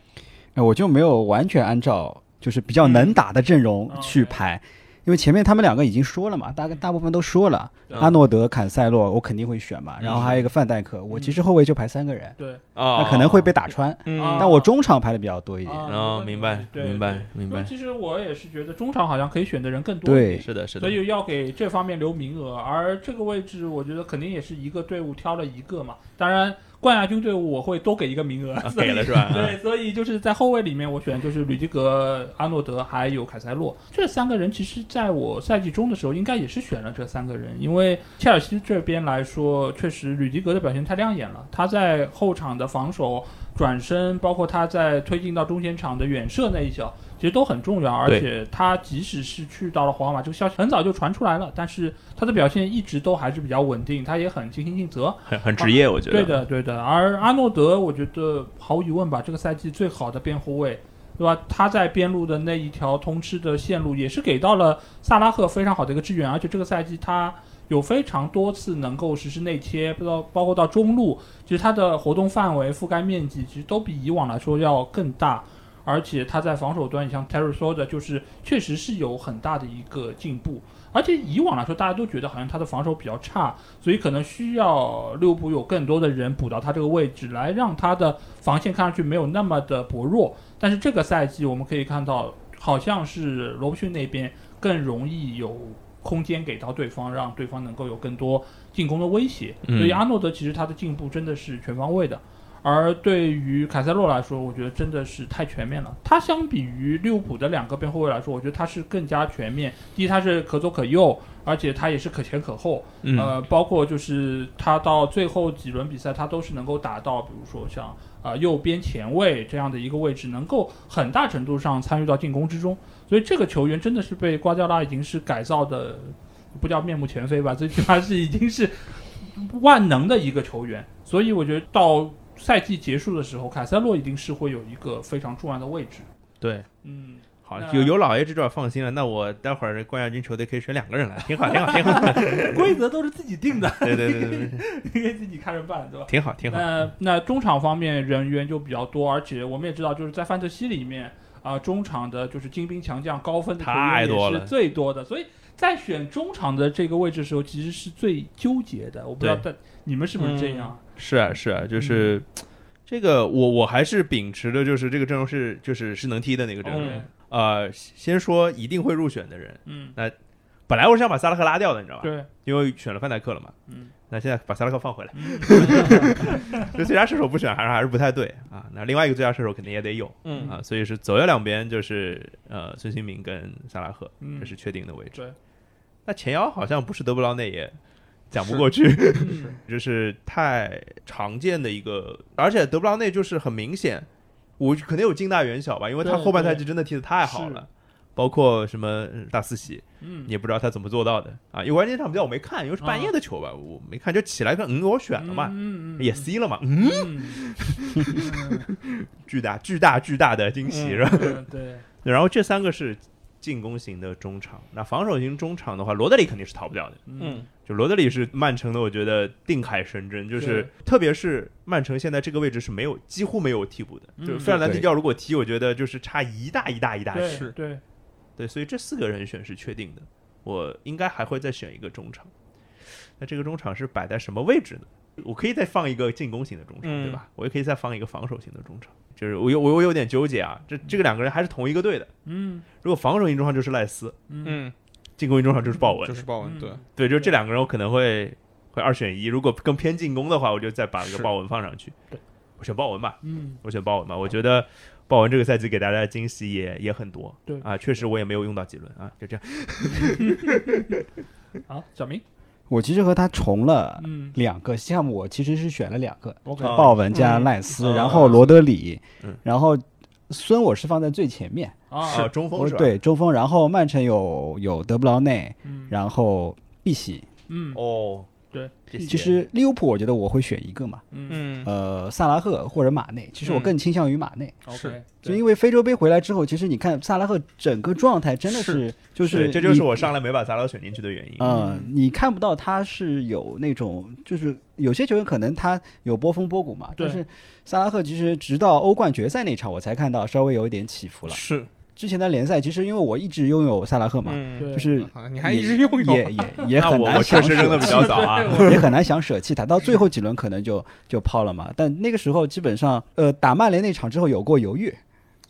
Speaker 4: 哎，我就没有完全按照就是比较能打的阵容
Speaker 3: 哦
Speaker 1: 嗯
Speaker 4: 去排，因为前面他们两个已经说了嘛，大概大部分都说了，
Speaker 1: 嗯
Speaker 4: 阿诺德、坎塞洛我肯定会选嘛，然后
Speaker 3: 嗯
Speaker 4: 还有一个范戴克，我其实后卫就排三个人，
Speaker 1: 对，
Speaker 3: 哦
Speaker 4: 那可能会被打穿，
Speaker 2: 嗯
Speaker 1: 啊
Speaker 4: 但我中场排的比较多一点。
Speaker 3: 哦，明白，
Speaker 1: 对
Speaker 3: 明白，明
Speaker 1: 因为
Speaker 3: 白，
Speaker 1: 其实我也是觉得中场好像可以选的人更多，
Speaker 4: 对，
Speaker 3: 是的，是的
Speaker 1: 所，以要给这方面留名额。而这个位置，我觉得肯定也是一个队伍挑了一个嘛。当然，冠亚军队伍我会多给一个名额，
Speaker 3: 啊
Speaker 1: 所以
Speaker 3: 给了是吧？啊
Speaker 1: 对，所以就是在后卫里面，我选就是吕迪格、阿诺德还有凯塞洛这三个人。其实，在我赛季中的时候，应该也是选了这三个人，因为切尔西这边来说，确实吕迪格的表现太亮眼了。他在后场的防守、转身，包括他在推进到中前场的远射那一脚，其实都很重要。而
Speaker 3: 对
Speaker 1: 且他即使是去到了皇马，这个消息很早就传出来了，但是他的表现一直都还是比较稳定，他也很尽心尽责。
Speaker 3: 很很职业，我觉得。
Speaker 1: 对的，对的。而阿诺德，我觉得毫无疑问吧，这个赛季最好的边后卫，对吧？他在边路的那一条通吃的线路，也是给到了萨拉赫非常好的一个支援，而且这个赛季他。有非常多次能够实施内切，不知道包括到中路，其实他的活动范围、覆盖面积其实都比以往来说要更大，而且他在防守端，你像 Terry 说的，就是确实是有很大的一个进步。而且以往来说，大家都觉得好像他的防守比较差，所以可能需要利物浦有更多的人补到他这个位置，来让他的防线看上去没有那么的薄弱。但是这个赛季我们可以看到，好像是罗布逊那边更容易有空间给到对方，让对方能够有更多进攻的威胁。
Speaker 3: 嗯
Speaker 1: 所以阿诺德其实他的进步真的是全方位的。而对于凯塞洛来说，我觉得真的是太全面了。他相比于利物浦的两个边后卫来说，我觉得他是更加全面。第一，他是可左可右，而且他也是可前可后。
Speaker 3: 嗯
Speaker 1: 呃，包括就是他到最后几轮比赛，他都是能够打到，比如说像啊、呃右边前卫这样的一个位置，能够很大程度上参与到进攻之中。所以这个球员真的是被瓜迪奥拉已经是改造的，不叫面目全非吧，最起码是已经是万能的一个球员。所以我觉得到赛季结束的时候，凯塞洛一定是会有一个非常重要的位置。
Speaker 3: 对。
Speaker 1: 嗯，
Speaker 3: 好，
Speaker 1: 那
Speaker 3: 有有老爷这段放心了。那我待会儿冠亚军球队可以选两个人来，挺好，挺好，挺好。
Speaker 1: 规则都是自己定的，
Speaker 3: 对对对对，对
Speaker 1: 你可以自己看着办，对吧？
Speaker 3: 挺好，挺好。
Speaker 1: 那呃那中场方面人员就比较多，而且我们也知道，就是在范特西里面啊、中场的就是精兵强将高分的球
Speaker 3: 太
Speaker 1: 员
Speaker 3: 多
Speaker 1: 也
Speaker 3: 了
Speaker 1: 是最多的，所以在选中场的这个位置的时候，其实是最纠结的。我不知道但你们是不是这样？
Speaker 3: 是啊，是啊，就是
Speaker 1: 嗯
Speaker 3: 这个我我还是秉持的就是这个阵容是就是是能踢的那个阵容。
Speaker 1: 嗯
Speaker 3: 呃，先说一定会入选的人，
Speaker 1: 嗯，
Speaker 3: 本来我是想把萨拉赫拉掉的，你知道吧？
Speaker 1: 对，
Speaker 3: 因为选了范戴克了嘛。
Speaker 1: 嗯
Speaker 3: 那现在把萨拉赫放回来，这最佳射手不选还是还是不太对啊。那另外一个最佳射手肯定也得有
Speaker 2: 嗯
Speaker 3: 啊，所以是左右两边就是呃孙兴民跟萨拉赫，
Speaker 1: 嗯
Speaker 3: 这是确定的位置。
Speaker 1: 对，
Speaker 3: 那前腰好像不是德布劳内也讲不过去，
Speaker 1: 嗯
Speaker 3: 就是太常见的一个，而且德布劳内就是很明显，我可能有近大远小吧，因为他
Speaker 1: 对
Speaker 3: 后半赛
Speaker 1: 对
Speaker 3: 季真的踢得太好了。包括什么呃大四喜，
Speaker 1: 嗯，啊
Speaker 3: 也不知道他怎么做到的啊！因为关键场比赛我没看，因为是半夜的球吧，我没看，就起来看，嗯，我选了嘛，
Speaker 1: 嗯嗯，
Speaker 3: 也 C 了嘛，嗯，
Speaker 1: 嗯，嗯
Speaker 3: 巨大、巨大、巨大的惊喜，
Speaker 2: 嗯
Speaker 3: 是吧？
Speaker 1: 嗯对，
Speaker 3: 然后这三个是进攻型的中场，那防守型中场的话，罗德里肯定是逃不掉的。
Speaker 1: 嗯
Speaker 2: 嗯
Speaker 3: 就罗德里是曼城的，我觉得定海神针，就是特别是曼城现在这个位置是没有几乎没有替补的，
Speaker 1: 嗯
Speaker 3: 就是费尔南迪奥如果踢，我觉得就是差一大一大一大
Speaker 1: 对
Speaker 3: 一大
Speaker 2: 是
Speaker 1: 对，
Speaker 3: 对，所以这四个人选是确定的，我应该还会再选一个中场。那这个中场是摆在什么位置呢？我可以再放一个进攻型的中场，
Speaker 2: 嗯
Speaker 3: 对吧？我也可以再放一个防守型的中场，就是我有我我有点纠结啊，这这个两个人还是同一个队的。
Speaker 1: 嗯
Speaker 3: 如果防守型中场就是赖斯，
Speaker 1: 嗯
Speaker 2: 嗯，
Speaker 3: 进攻型中场就是鲍文，
Speaker 2: 就是豹纹，对，
Speaker 1: 嗯
Speaker 3: 哦对，就这两个人我可能会会二选一。如果更偏进攻的话，我就再把一个
Speaker 2: 是
Speaker 3: 鲍文放上去
Speaker 1: 对。
Speaker 3: 我选鲍文吧，
Speaker 1: 嗯。
Speaker 3: 我选鲍文吧。我觉得鲍文这个赛季给大家的惊喜也也很多。
Speaker 1: 对
Speaker 3: 啊，确实我也没有用到几轮啊，就这样。
Speaker 1: 嗯好，小明，
Speaker 4: 我其实和他重了
Speaker 1: 嗯
Speaker 4: 两个项目，我其实是选了两个，
Speaker 1: ，OK，
Speaker 3: 啊
Speaker 4: 鲍文加
Speaker 2: 嗯
Speaker 4: 赖斯，
Speaker 3: 啊
Speaker 4: 然后罗德里
Speaker 3: 嗯，
Speaker 4: 然后孙我是放在最前面，
Speaker 3: 啊，
Speaker 1: 啊，
Speaker 3: 中锋
Speaker 4: 我
Speaker 3: 是吧？
Speaker 4: 对中锋，然后曼城有有德布劳内，
Speaker 1: 嗯
Speaker 4: 然后碧玺。
Speaker 1: 嗯
Speaker 3: 哦，
Speaker 1: 对，
Speaker 3: 谢谢
Speaker 4: 其实利物浦我觉得我会选一个嘛，
Speaker 1: 嗯
Speaker 2: 嗯
Speaker 4: 呃，萨拉赫或者马内，其实我
Speaker 2: 嗯
Speaker 4: 更倾向于马内。
Speaker 1: ，OK，
Speaker 2: 是
Speaker 4: 就
Speaker 1: 对
Speaker 4: 因为非洲杯回来之后，其实你看萨拉赫整个状态真的是，就是是
Speaker 3: 这就是
Speaker 4: 你
Speaker 3: 我上来没把萨拉赫选进去的原因。
Speaker 4: 嗯，你看不到他是有那种，就是有些球员可能他有波峰波谷嘛，
Speaker 1: 对
Speaker 4: 但是萨拉赫其实直到欧冠决赛那场我才看到稍微有一点起伏了。
Speaker 2: 是，
Speaker 4: 之前的联赛其实因为我一直拥有萨拉赫嘛，
Speaker 2: 嗯，
Speaker 1: 对
Speaker 4: 就是
Speaker 2: 啊你还
Speaker 4: 也
Speaker 2: 一直用
Speaker 4: 也
Speaker 2: 用，
Speaker 4: 也 也
Speaker 3: 那
Speaker 4: 很
Speaker 3: 我
Speaker 4: 难
Speaker 3: 我确
Speaker 4: 想
Speaker 3: 实扔的
Speaker 4: 舍
Speaker 3: 比较早啊。
Speaker 4: 也很难想舍弃他，到最后几轮可能就就抛了嘛。但那个时候基本上，呃，打曼联那场之后有过犹豫，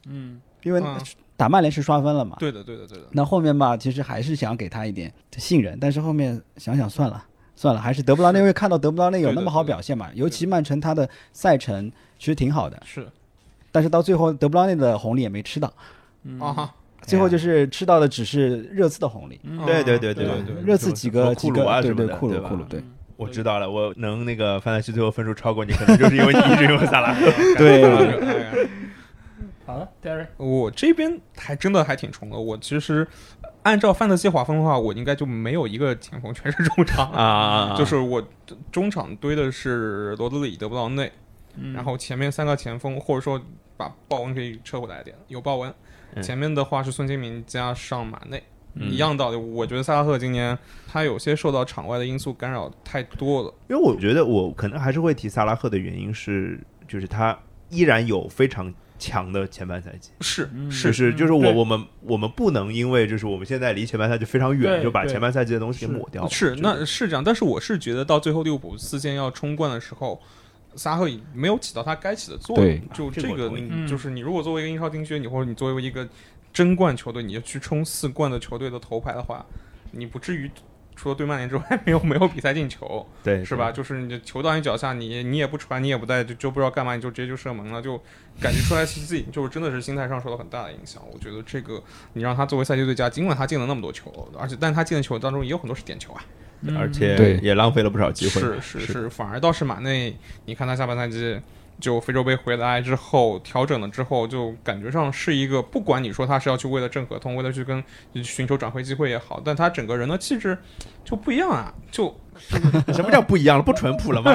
Speaker 1: 嗯
Speaker 4: 因为
Speaker 2: 嗯
Speaker 4: 打曼联是刷分了嘛，
Speaker 2: 对的，对的，对的，
Speaker 4: 那后面吧，其实还是想给他一点信任，但是后面想想算了，算了，还是德布劳内，因为看到德布劳内有那么好表现嘛，尤其曼城他的赛程其实挺好的，
Speaker 2: 是
Speaker 4: 但是到最后德布劳内的红利也没吃到，
Speaker 3: 哎
Speaker 1: 嗯
Speaker 2: 啊，哈，
Speaker 4: 最后就是吃到的只是热刺的红利，
Speaker 1: 嗯
Speaker 3: 对对对
Speaker 2: 对
Speaker 3: 对
Speaker 2: 对
Speaker 4: 热刺几个
Speaker 3: 什
Speaker 4: 几
Speaker 3: 么库鲁啊
Speaker 4: 个
Speaker 3: 什
Speaker 4: 对
Speaker 3: 么
Speaker 4: 对
Speaker 3: 的
Speaker 4: 库
Speaker 3: 对
Speaker 4: 鲁
Speaker 3: 吧
Speaker 4: 库鲁对。
Speaker 1: 嗯
Speaker 3: 我知道了，我能那个范戴西最后分数超过你，可能就是因为你一直用萨拉赫。
Speaker 4: 对啊
Speaker 2: 哎呀
Speaker 1: 好了，Derek，
Speaker 2: 我这边还真的还挺重的。我其实按照范特西划分的话，我应该就没有一个前锋全是中场，
Speaker 3: 啊
Speaker 2: 就是我中场堆的是罗德里、德布劳内，
Speaker 1: 嗯
Speaker 2: 然后前面三个前锋，或者说把鲍文可以撤回来一点，有鲍文。
Speaker 3: 嗯
Speaker 2: 前面的话是孙兴民加上马内，
Speaker 3: 嗯
Speaker 2: 一样道理。我觉得萨拉赫今年他有些受到场外的因素干扰太多了。
Speaker 3: 因为我觉得我可能还是会提萨拉赫的原因是，就是他依然有非常强的前半赛季，
Speaker 2: 是，
Speaker 1: 嗯
Speaker 3: 就是是就是我
Speaker 1: 对
Speaker 3: 我们我们不能因为就是我们现在离前半赛季非常远，
Speaker 1: 对
Speaker 3: 就把
Speaker 1: 对
Speaker 3: 前半赛季的东西
Speaker 1: 是
Speaker 3: 给抹掉。
Speaker 2: 是，
Speaker 3: 就是
Speaker 2: 那是这样，但是我是觉得到最后利物浦四线要冲冠的时候，萨赫已没有起到他该起的作用
Speaker 4: 对。
Speaker 2: 就
Speaker 3: 这个
Speaker 2: 这
Speaker 3: 我
Speaker 2: 个
Speaker 3: 同意
Speaker 2: 你，
Speaker 1: 嗯
Speaker 2: 就是你如果作为一个英超丁靴，你或者你作为一个争冠球队，你就去冲四冠的球队的头牌的话，你不至于除了对曼联之外没有没有比赛进球，
Speaker 3: 对，
Speaker 2: 是吧？？就是你的球到你脚下，你你也不传，你也不带，就就不知道干嘛，你就直接就射门了，就感觉出来自己就是真的是心态上受到很大的影响。我觉得这个你让他作为赛季最佳，尽管他进了那么多球，而且但他进的球当中也有很多是点球啊，
Speaker 1: 嗯
Speaker 3: 而
Speaker 2: 对
Speaker 3: 且也浪费了不少机会。
Speaker 2: 是是是，反而倒是马内，你看他下半赛季就非洲杯回来之后调整了之后，就感觉上是一个，不管你说他是要去为了挣合同，为了去跟寻求转会机会也好，但他整个人的气质就不一样啊，就
Speaker 3: 什么叫不一样了？不淳朴 了吗？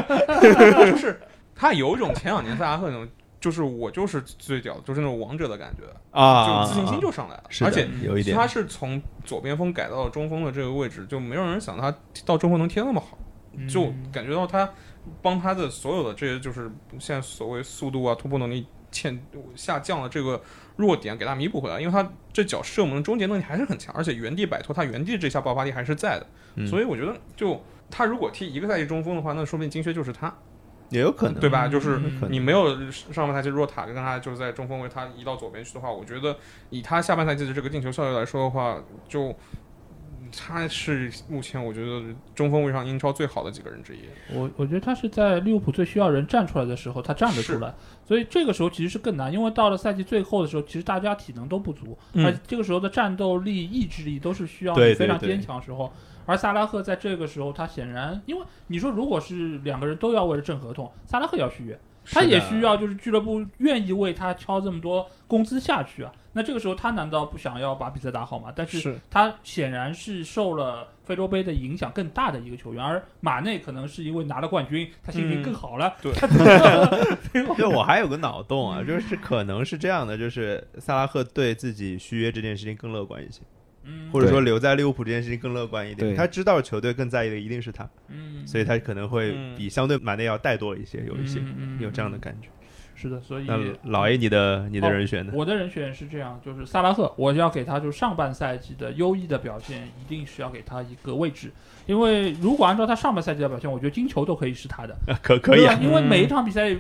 Speaker 2: 就是 他有一种前两年萨拉赫那种，就是我就是最屌，就是那种王者的感觉，
Speaker 3: 啊，
Speaker 2: 就自信心就上来了，
Speaker 3: 是的
Speaker 2: 而且。
Speaker 3: 有一点
Speaker 2: 他是从左边锋改到了中锋的这个位置，就没有人想他到中锋能踢得那么好。
Speaker 1: 嗯
Speaker 3: 嗯
Speaker 2: 就感觉到他帮他的所有的这些，就是现在所谓速度啊、突破能力欠下降的这个弱点，给他弥补回来。因为他这脚射门终结能力还是很强，而且原地摆脱他原地这下爆发力还是在的。
Speaker 3: 嗯
Speaker 2: 所以我觉得，就他如果踢一个赛季中锋的话，那说不定金靴就是他，
Speaker 3: 也有可能，
Speaker 2: 对吧？就是
Speaker 1: 嗯
Speaker 3: 有可能
Speaker 2: 你没有上半赛季若塔跟他就是在中锋位，他移到左边去的话，我觉得以他下半赛季的这个进球效率来说的话，就。他是目前我觉得中锋位上英超最好的几个人之一，
Speaker 1: 我我觉得他是在利物浦最需要人站出来的时候，他站得出来，所以这个时候其实是更难，因为到了赛季最后的时候，其实大家体能都不足，
Speaker 2: 嗯
Speaker 1: 而这个时候的战斗力、意志力都是需要
Speaker 3: 对
Speaker 1: 你非常
Speaker 3: 对对
Speaker 1: 坚强的时候。而萨拉赫在这个时候，他显然，因为你说如果是两个人都要为了挣合同，萨拉赫要续约，他
Speaker 3: 是的
Speaker 1: 也需要就是俱乐部愿意为他敲这么多工资下去啊。那这个时候他难道不想要把比赛打好吗？但是
Speaker 2: 是
Speaker 1: 他显然是受了非洲杯的影响更大的一个球员，而马内可能是因为拿了冠军，他心
Speaker 3: 嗯
Speaker 1: 情更好了。
Speaker 2: 对
Speaker 1: 他得了最后
Speaker 3: 就我还有个脑 洞啊，就是可能是这样的，就是萨拉赫对自己续约这件事情更乐观一些，
Speaker 1: 嗯
Speaker 3: 或者说留在利物浦这件事情更乐观一点。
Speaker 4: 对
Speaker 3: 他知道球队更在意的一定是他，
Speaker 1: 嗯，
Speaker 3: 所以他可能会
Speaker 2: 嗯
Speaker 3: 比相对马内要带多一些，有一些
Speaker 1: 嗯嗯嗯
Speaker 3: 有这样的感觉。
Speaker 1: 是的，所以
Speaker 3: 那老 A，你的你的人选呢？
Speaker 1: 我的人选是这样，就是萨拉赫，我要给他就是上半赛季的优异的表现，一定是要给他一个位置，因为如果按照他上半赛季的表现，我觉得金球都可以是他的。
Speaker 3: 可可以
Speaker 1: 对
Speaker 3: 啊，
Speaker 1: 吧因为每一场比赛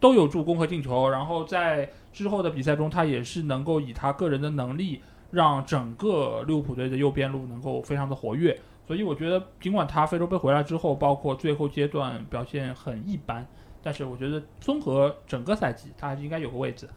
Speaker 1: 都有助攻和进球，然后在之后的比赛中，他也是能够以他个人的能力，让整个利物浦队的右边路能够非常的活跃。所以我觉得，尽管他非洲杯回来之后，包括最后阶段表现很一般，但是我觉得综合整个赛季，他还是应该有个位置。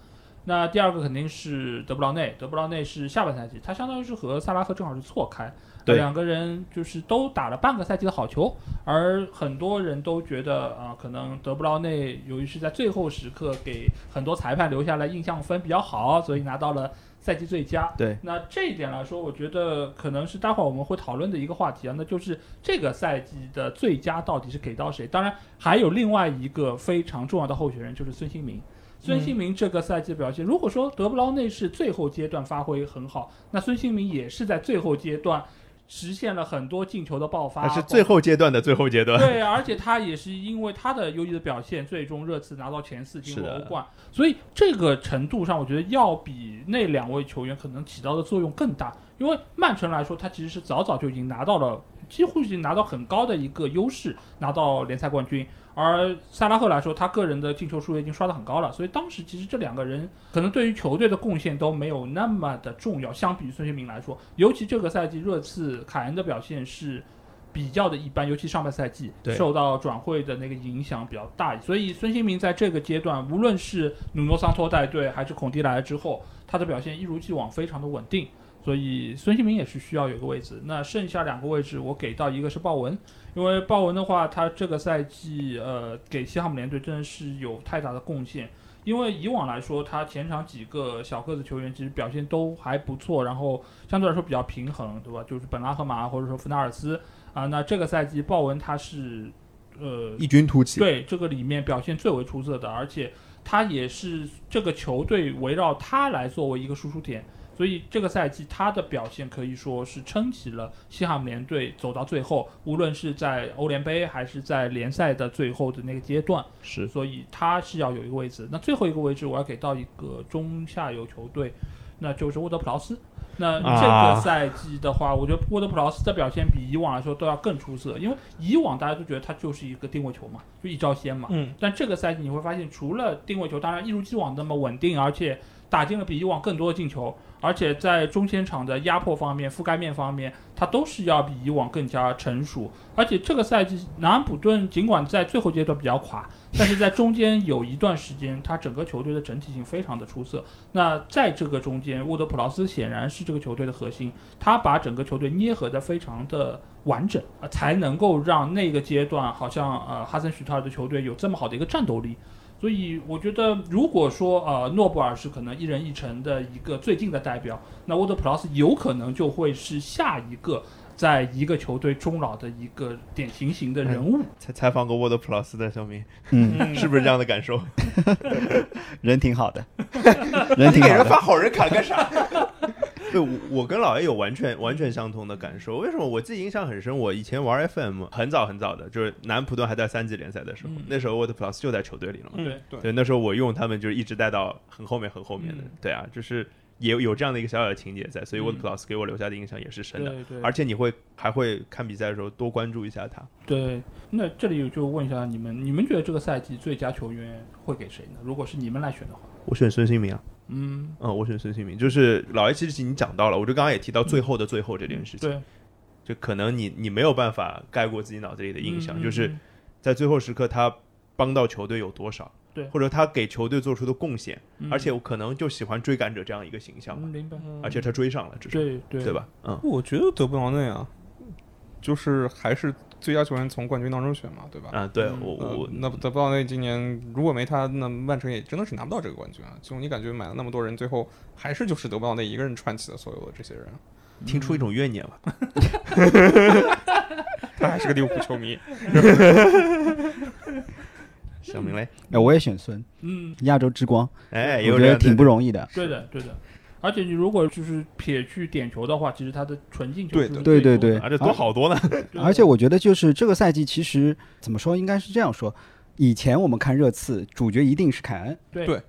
Speaker 1: 那第二个肯定是德布劳内，德布劳内是下半赛季，他相当于是和萨拉赫正好是错开，
Speaker 3: 对
Speaker 1: 两个人就是都打了半个赛季的好球，而很多人都觉得啊、可能德布劳内由于是在最后时刻给很多裁判留下来印象分比较好，所以拿到了赛季最佳。
Speaker 3: 对，
Speaker 1: 那这一点来说，我觉得可能是待会儿我们会讨论的一个话题啊，那就是这个赛季的最佳到底是给到谁？当然，还有另外一个非常重要的候选人就是孙兴民。孙兴民这个赛季的表现，如果说德布劳内是最后阶段发挥很好，那孙兴民也是在最后阶段实现了很多进球的爆发，
Speaker 3: 啊那是最
Speaker 1: 包
Speaker 3: 后阶段的最后阶段。
Speaker 1: 对，而且他也是因为他的优异的表现，最终热刺拿到前四进入
Speaker 3: 是的
Speaker 1: 欧冠，所以这个程度上，我觉得要比那两位球员可能起到的作用更大。因为曼城来说，他其实是早早就已经拿到了，几乎已经拿到很高的一个优势，拿到联赛冠军。而萨拉赫来说，他个人的进球数已经刷得很高了，所以当时其实这两个人可能对于球队的贡献都没有那么的重要，相比于孙兴民来说，尤其这个赛季热刺凯恩的表现是比较的一般，尤其上半赛季
Speaker 3: 对
Speaker 1: 受到转会的那个影响比较大，所以孙兴民在这个阶段，无论是努诺桑托带队还是孔蒂来了之后，他的表现一如既往非常的稳定。所以孙兴民也是需要有一个位置，那剩下两个位置我给到一个是鲍文，因为鲍文的话，他这个赛季呃给西汉姆联队真的是有太大的贡献，因为以往来说，他前场几个小个子球员其实表现都还不错，然后相对来说比较平衡，对吧？就是本拉赫马或者说弗纳尔斯啊、那这个赛季鲍文他是呃
Speaker 3: 异军突起，
Speaker 1: 对这个里面表现最为出色的，而且他也是这个球队围绕他来作为一个输出点，所以这个赛季他的表现可以说是撑起了西汉姆联队走到最后，无论是在欧联杯还是在联赛的最后的那个阶段，
Speaker 3: 是
Speaker 1: 所以他是要有一个位置。那最后一个位置我要给到一个中下游球队，那就是沃德普劳斯。那这
Speaker 3: 啊
Speaker 1: 个赛季的话，我觉得沃德普劳斯的表现比以往来说都要更出色，因为以往大家都觉得他就是一个定位球嘛，就一招先嘛。
Speaker 2: 嗯，
Speaker 1: 但这个赛季你会发现，除了定位球，当然一如既往那么稳定，而且打进了比以往更多的进球，而且在中前场的压迫方面、覆盖面方面，他都是要比以往更加成熟。而且这个赛季南安普顿尽管在最后阶段比较垮，但是在中间有一段时间，他整个球队的整体性非常的出色。那在这个中间，沃德普劳斯显然是这个球队的核心，他把整个球队捏合的非常的完整，呃才能够让那个阶段好像呃哈森许特尔的球队有这么好的一个战斗力。所以我觉得，如果说呃诺布尔是可能一人一城的一个最近的代表，那沃德普劳斯有可能就会是下一个在一个球队终老的一个典型型的人物。
Speaker 3: 采采访过沃德普劳斯的小明，
Speaker 4: 嗯，
Speaker 3: 是不是这样的感 受？
Speaker 4: 人挺 好的，人挺
Speaker 3: 给
Speaker 4: 好
Speaker 3: 人
Speaker 4: 的，
Speaker 3: 发好人卡干啥？ 对，我我跟老 A 有完全完全相同的感受。为什么？我记得印象很深，我以前玩 FM 很早很早的，就是南普顿还在三级联赛的时候，
Speaker 1: 嗯
Speaker 3: 那时候 Word Plus 就在球队里了嘛。
Speaker 2: 嗯
Speaker 1: 对
Speaker 2: 对，
Speaker 3: 对，那时候我用他们就是一直带到很后面很后面的。
Speaker 1: 嗯
Speaker 3: 对啊，就是也有有这样的一个小小的情节在，所以 Word
Speaker 1: 嗯
Speaker 3: Plus 给我留下的印象也是深的。
Speaker 1: 对对，
Speaker 3: 而且你会还会看比赛的时候多关注一下他。
Speaker 1: 对，那这里就问一下你们，你们觉得这个赛季最佳球员会给谁呢？如果是你们来选的话，
Speaker 3: 我选孙兴民啊，
Speaker 1: 嗯，
Speaker 3: 嗯，我选孙兴民。就是老 A 其实已经讲到了，我就刚刚也提到最后的最后这件事情。
Speaker 1: 嗯对，
Speaker 3: 就可能你你没有办法盖过自己脑子里的印象，
Speaker 1: 嗯
Speaker 3: 就是在最后时刻他帮到球队有多少，
Speaker 1: 对
Speaker 3: 或者他给球队做出的贡献，
Speaker 1: 嗯
Speaker 3: 而且我可能就喜欢追赶者这样一个形象吧，
Speaker 1: 嗯明白，
Speaker 3: 而且他追上了，至少
Speaker 1: 对对
Speaker 3: 对？吧？嗯，
Speaker 2: 我觉得德布劳内啊，就是还是最佳球员从冠军当中选嘛，对吧？
Speaker 3: 啊，对
Speaker 1: 嗯
Speaker 3: 我
Speaker 2: 呃
Speaker 3: 我
Speaker 2: 那德布劳内今年如果没他，那曼城也真的是拿不到这个冠军啊！就你感觉买了那么多人，最后还是就是德布劳内一个人串起了所有的这些人，
Speaker 3: 听出一种怨念吧，
Speaker 2: 他还是个利物浦球迷。
Speaker 3: 小明嘞，
Speaker 4: 哎，我也选孙，
Speaker 1: 嗯，
Speaker 4: 亚洲之光，
Speaker 3: 哎，
Speaker 4: 我
Speaker 3: 有
Speaker 4: 觉得
Speaker 3: 点
Speaker 4: 挺不容易的。
Speaker 1: 对的对的。而且你如果就是撇去点球的话，其实他的纯进球
Speaker 2: 对
Speaker 1: 数
Speaker 2: 的
Speaker 1: 最
Speaker 4: 对
Speaker 1: 多
Speaker 4: 对
Speaker 1: 的
Speaker 3: 啊，这多好多呢，
Speaker 1: 对
Speaker 4: 而
Speaker 3: 嗯
Speaker 4: 且我觉得就是这个赛季，其实怎么说，应该是这样说：以前我们看热刺，主角一定是凯恩，
Speaker 1: 对
Speaker 2: 对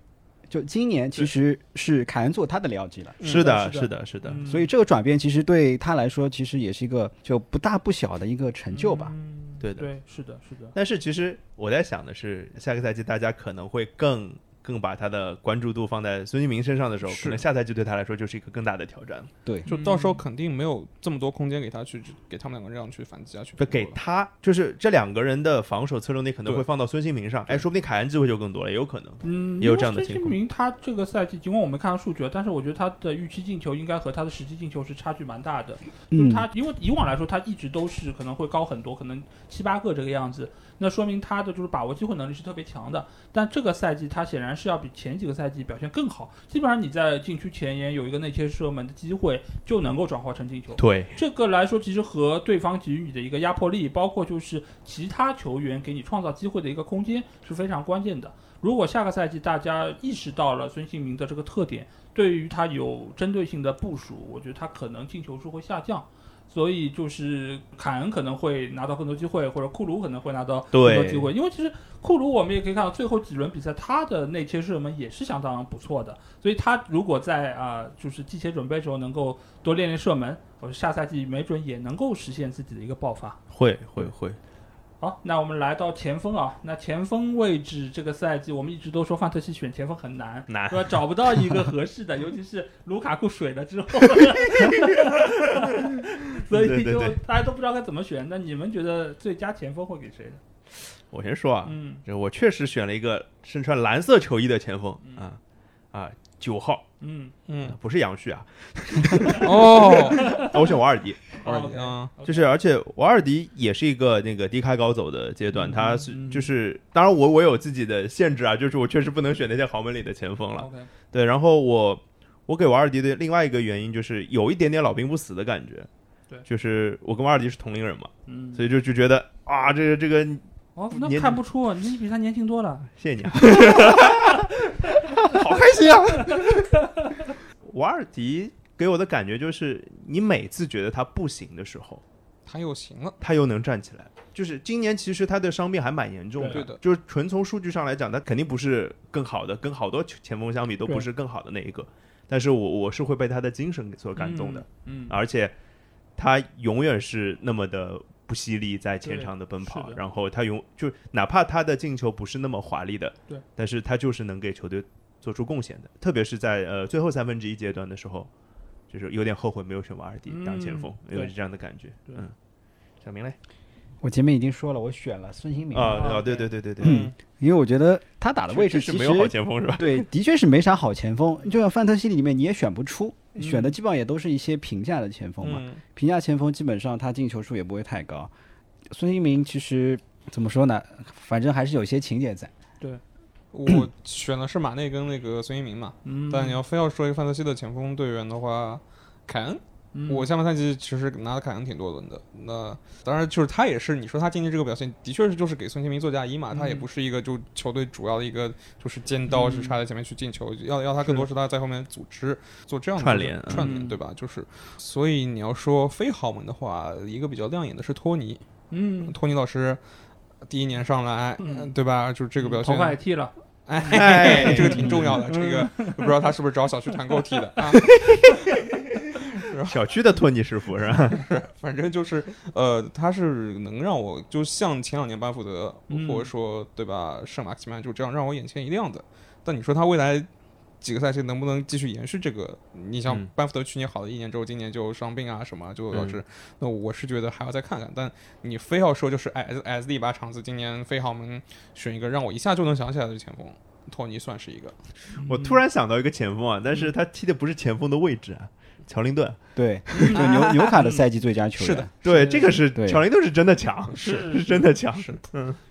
Speaker 4: 就今年其实是凯恩做他的僚机了。
Speaker 3: 是的，
Speaker 1: 是的
Speaker 3: 是的，是的，
Speaker 1: 嗯
Speaker 4: 所以这个转变其实对他来说，其实也是一个就不大不小的一个成就吧。
Speaker 1: 嗯
Speaker 3: 对的
Speaker 1: 对，是的，是的，
Speaker 3: 但是其实我在想的是，下个赛季大家可能会更更把他的关注度放在孙兴民身上的时候，
Speaker 2: 是
Speaker 3: 可能下赛季对他来说就是一个更大的挑战。
Speaker 4: 对，
Speaker 2: 就到时候肯定没有这么多空间给他去给他们两个这样去反击啊，去
Speaker 3: 不给
Speaker 2: 拼搏了
Speaker 3: 他，就是这两个人的防守侧重点可能
Speaker 2: 对
Speaker 3: 会放到孙兴民上，哎，说不定凯恩机会就更多了，也有可能。
Speaker 1: 嗯，
Speaker 3: 也有这样的情况
Speaker 1: 因为孙兴民他这个赛季，尽管我们看到数据，但是我觉得他的预期进球应该和他的实际进球是差距蛮大的。就是
Speaker 4: 嗯，
Speaker 1: 他因为以往来说，他一直都是可能会高很多，可能七八个这个样子。那说明他的就是把握机会能力是特别强的。但这个赛季他显然是要比前几个赛季表现更好。基本上你在禁区前沿有一个内切射门的机会，就能够转化成进球。
Speaker 3: 对，
Speaker 1: 这个来说，其实和对方给予你的一个压迫力，包括就是其他球员给你创造机会的一个空间是非常关键的。如果下个赛季大家意识到了孙兴民的这个特点，对于他有针对性的部署，我觉得他可能进球数会下降。所以就是凯恩可能会拿到更多机会，或者库卢可能会拿到更多
Speaker 3: 对
Speaker 1: 机会，因为其实库卢我们也可以看到最后几轮比赛他的内切射门也是相当不错的，所以他如果在啊、就是季前准备的时候能够多练练射门，我下赛季没准也能够实现自己的一个爆发。
Speaker 3: 会会会，
Speaker 1: 好，那我们来到前锋啊，那前锋位置这个赛季我们一直都说范特西选前锋很难，
Speaker 3: 难
Speaker 1: 对吧？找不到一个合适的，尤其是卢卡库水了之 后，所
Speaker 3: 对
Speaker 1: 以
Speaker 3: 对
Speaker 1: 就
Speaker 3: 对
Speaker 1: 大家都不知道该怎么选。那你们觉得最佳前锋会给谁呢？
Speaker 3: 我先说啊，
Speaker 1: 嗯
Speaker 3: 这我确实选了一个身穿蓝色球衣的前锋啊啊九号，
Speaker 1: 嗯，
Speaker 2: 嗯
Speaker 3: 不是杨旭啊，
Speaker 2: 哦，
Speaker 3: 啊我选瓦 尔迪，
Speaker 1: 哦
Speaker 2: 二一啊，
Speaker 1: OK
Speaker 3: 就是而且瓦尔迪也是一个那个低开高走的阶段，
Speaker 1: 嗯
Speaker 3: 他是
Speaker 1: 嗯
Speaker 3: 就是当然我我有自己的限制啊，就是我确实不能选那些豪门里的前锋了，
Speaker 1: OK，
Speaker 3: 对，然后我我给瓦尔迪的另外一个原因就是有一点点老兵不死的感觉，
Speaker 1: 对
Speaker 3: 就是我跟瓦尔迪是同龄人嘛，
Speaker 1: 嗯，
Speaker 3: 所以就就觉得啊，这个这个，
Speaker 1: 哦，那
Speaker 3: 年
Speaker 1: 看不出啊，你比他年轻多了。
Speaker 3: 谢谢你啊，好开心啊！瓦尔迪给我的感觉就是，你每次觉得他不行的时候，
Speaker 2: 他又行了，
Speaker 3: 他又能站起来。就是今年其实他的伤病还蛮严重的，
Speaker 2: 对对的
Speaker 3: 就是纯从数据上来讲，他肯定不是更好的，跟好多前锋相比都不
Speaker 1: 对
Speaker 3: 是更好的那一个。但是我我是会被他的精神所感动的，啊
Speaker 1: 嗯，嗯，
Speaker 3: 而且他永远是那么的不惜力在前场的奔跑
Speaker 1: 对，是的
Speaker 3: 然后他永就哪怕他的进球不是那么华丽的，
Speaker 1: 对，
Speaker 3: 但是他就是能给球队做出贡献的，特别是在呃最后三分之一阶段的时候，就是有点后悔没有选瓦尔迪当前锋，
Speaker 1: 嗯
Speaker 3: 有
Speaker 1: 对
Speaker 3: 这样的感觉。
Speaker 1: 对
Speaker 3: 嗯，小明嘞？
Speaker 4: 我前面已经说了，我选了孙兴民，
Speaker 3: 啊啊，对对对对对，
Speaker 1: 嗯
Speaker 4: 因为我觉得他打的位置
Speaker 3: 确实
Speaker 4: 其实
Speaker 3: 没有好前锋是吧？
Speaker 4: 对，的确是没啥好前锋。就像范特西里面你也选不出，
Speaker 3: 嗯
Speaker 4: 选的基本上也都是一些平价的前锋嘛。
Speaker 2: 嗯
Speaker 4: 平价前锋基本上他进球数也不会太高。孙兴民其实怎么说呢，反正还是有些情节在。
Speaker 2: 我选的是马内跟那个孙兴民嘛，
Speaker 1: 嗯
Speaker 2: 但你要非要说一个范特西的前锋队员的话，凯恩，
Speaker 1: 嗯
Speaker 2: 我下半赛季其实拿的凯恩挺多轮的。那当然就是他也是，你说他今年这个表现，的确是就是给孙兴民做嫁衣
Speaker 1: 嗯
Speaker 2: 嘛，他也不是一个就球队主要的一个就是尖刀是插在前面去进球，要要他更多是他在后面组织做这样的
Speaker 3: 串联
Speaker 2: 就是串联
Speaker 1: 嗯
Speaker 2: 对吧？就是所以你要说非豪门的话，一个比较亮眼的是托尼，
Speaker 1: 嗯，
Speaker 2: 托尼老师。第一年上来，
Speaker 1: 嗯
Speaker 2: 对吧？就是这个表
Speaker 1: 头
Speaker 2: 现，
Speaker 1: 发也剃了，
Speaker 2: 哎，这个挺重要的。这个 不知道他是不是找小区团购踢的啊？
Speaker 3: 小区的托尼师傅是吧？
Speaker 2: 反正就是，呃，他是能让我就像前两年班福德，
Speaker 1: 嗯
Speaker 2: 或者说对吧，圣马克西曼就这样让我眼前一亮的。但你说他未来几个赛季能不能继续延续这个？你像
Speaker 3: 嗯
Speaker 2: 班福德去年好的一年之后，今年就伤病啊什么，就要是、那我是觉得还要再看看。但你非要说就是哎 S S D 把场子今年非豪门选一个让我一下就能想起来的前锋，托尼算是一个。
Speaker 3: 嗯我突然想到一个前锋啊，但是他踢的不是前锋的位置啊，乔林顿。
Speaker 4: 对，
Speaker 1: 嗯
Speaker 4: 就
Speaker 1: 啊
Speaker 4: 纽纽卡的赛季最佳球员。
Speaker 2: 是的，
Speaker 3: 对，这个是
Speaker 4: 对
Speaker 3: 乔林顿是真的强，
Speaker 1: 是
Speaker 3: 是真的强。
Speaker 2: 是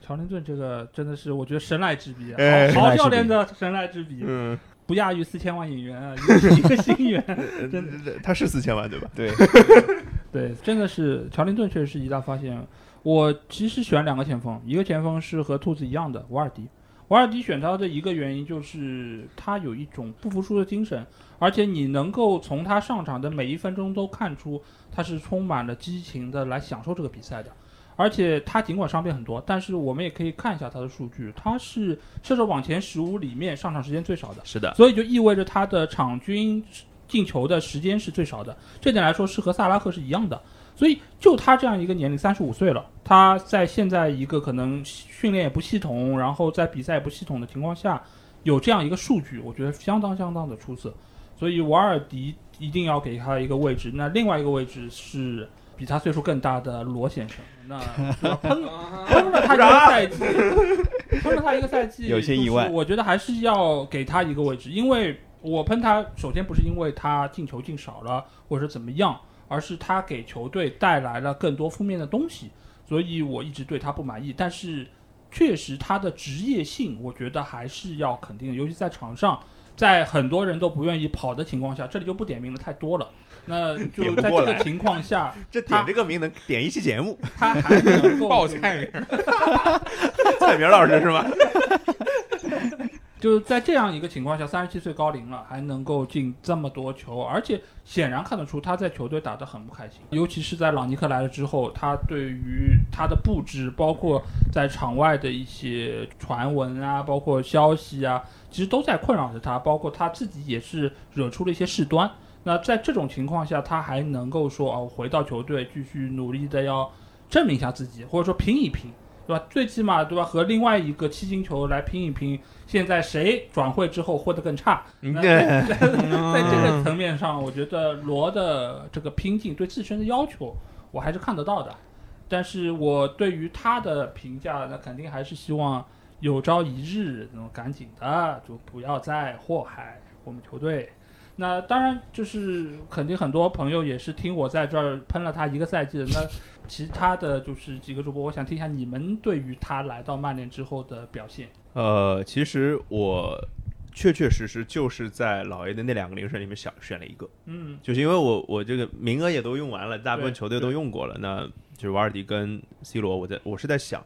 Speaker 1: 乔林顿这个真的是我觉得神来之笔啊，
Speaker 3: 哎
Speaker 1: 好好
Speaker 4: 神来之笔
Speaker 1: 教练的神来之笔，
Speaker 3: 嗯，
Speaker 1: 不亚于四千万引援啊，一个一个新 援，真
Speaker 3: 呃他是四千万对吧？
Speaker 4: 对，
Speaker 1: 对，真的是乔林顿确实是一大发现。我其实选两个前锋，一个前锋是和兔子一样的瓦尔迪。瓦尔迪选他的一个原因就是他有一种不服输的精神，而且你能够从他上场的每一分钟都看出他是充满了激情的来享受这个比赛的。而且他尽管伤病很多，但是我们也可以看一下他的数据，他是射手榜前十五里面上场时间最少的。
Speaker 3: 是的，
Speaker 1: 所以就意味着他的场均进球的时间是最少的。这点来说是和萨拉赫是一样的。所以就他这样一个年龄，三十五岁了，他在现在一个可能训练也不系统，然后在比赛也不系统的情况下，有这样一个数据，我觉得相当相当的出色。所以瓦尔迪一定要给他一个位置。那另外一个位置是比他岁数更大的罗先生。那 我喷喷了他一个赛季，喷了他一个赛季，
Speaker 4: 有些意外
Speaker 1: 就是我觉得还是要给他一个位置，因为我喷他，首先不是因为他进球进少了或者是怎么样，而是他给球队带来了更多负面的东西，所以我一直对他不满意。但是确实他的职业性，我觉得还是要肯定的，尤其在场上。在很多人都不愿意跑的情况下，这里就不点名了，太多了。那就
Speaker 3: 点不
Speaker 1: 在
Speaker 3: 过
Speaker 1: 这个
Speaker 3: 来
Speaker 1: 情况 下，
Speaker 3: 这
Speaker 1: 他
Speaker 3: 点这个名能点一期节目，
Speaker 1: 他还能够
Speaker 2: 报菜名儿，
Speaker 3: 蔡明老师是吗？
Speaker 1: 就是在这样一个情况下，三十七岁高龄了，还能够进这么多球，而且显然看得出他在球队打得很不开心，尤其是在朗尼克来了之后，他对于他的布置，包括在场外的一些传闻啊，包括消息啊，其实都在困扰着他，包括他自己也是惹出了一些事端。那在这种情况下，他还能够说哦，回到球队继续努力的要证明一下自己，或者说拼一拼，对吧？最起码对吧，和另外一个七星球来拼一拼，现在谁转会之后混得更差？那 在这
Speaker 3: 嗯
Speaker 1: 个层面上，我觉得罗的这个拼劲对自身的要求，我还是看得到的。但是我对于他的评价，那肯定还是希望有朝一日能赶紧的，就不要再祸害我们球队。那当然，就是肯定很多朋友也是听我在这儿喷了他一个赛季的。那 其他的就是几个主播，我想听一下你们对于他来到曼联之后的表现。
Speaker 3: 呃，其实我确确实实就是在老 A 的那两个铃声里面想选了一个，
Speaker 1: 嗯
Speaker 3: 就是因为我我这个名额也都用完了，大部分
Speaker 1: 对
Speaker 3: 球队都用过了，那就是瓦尔迪跟 C 罗，我在我是在想，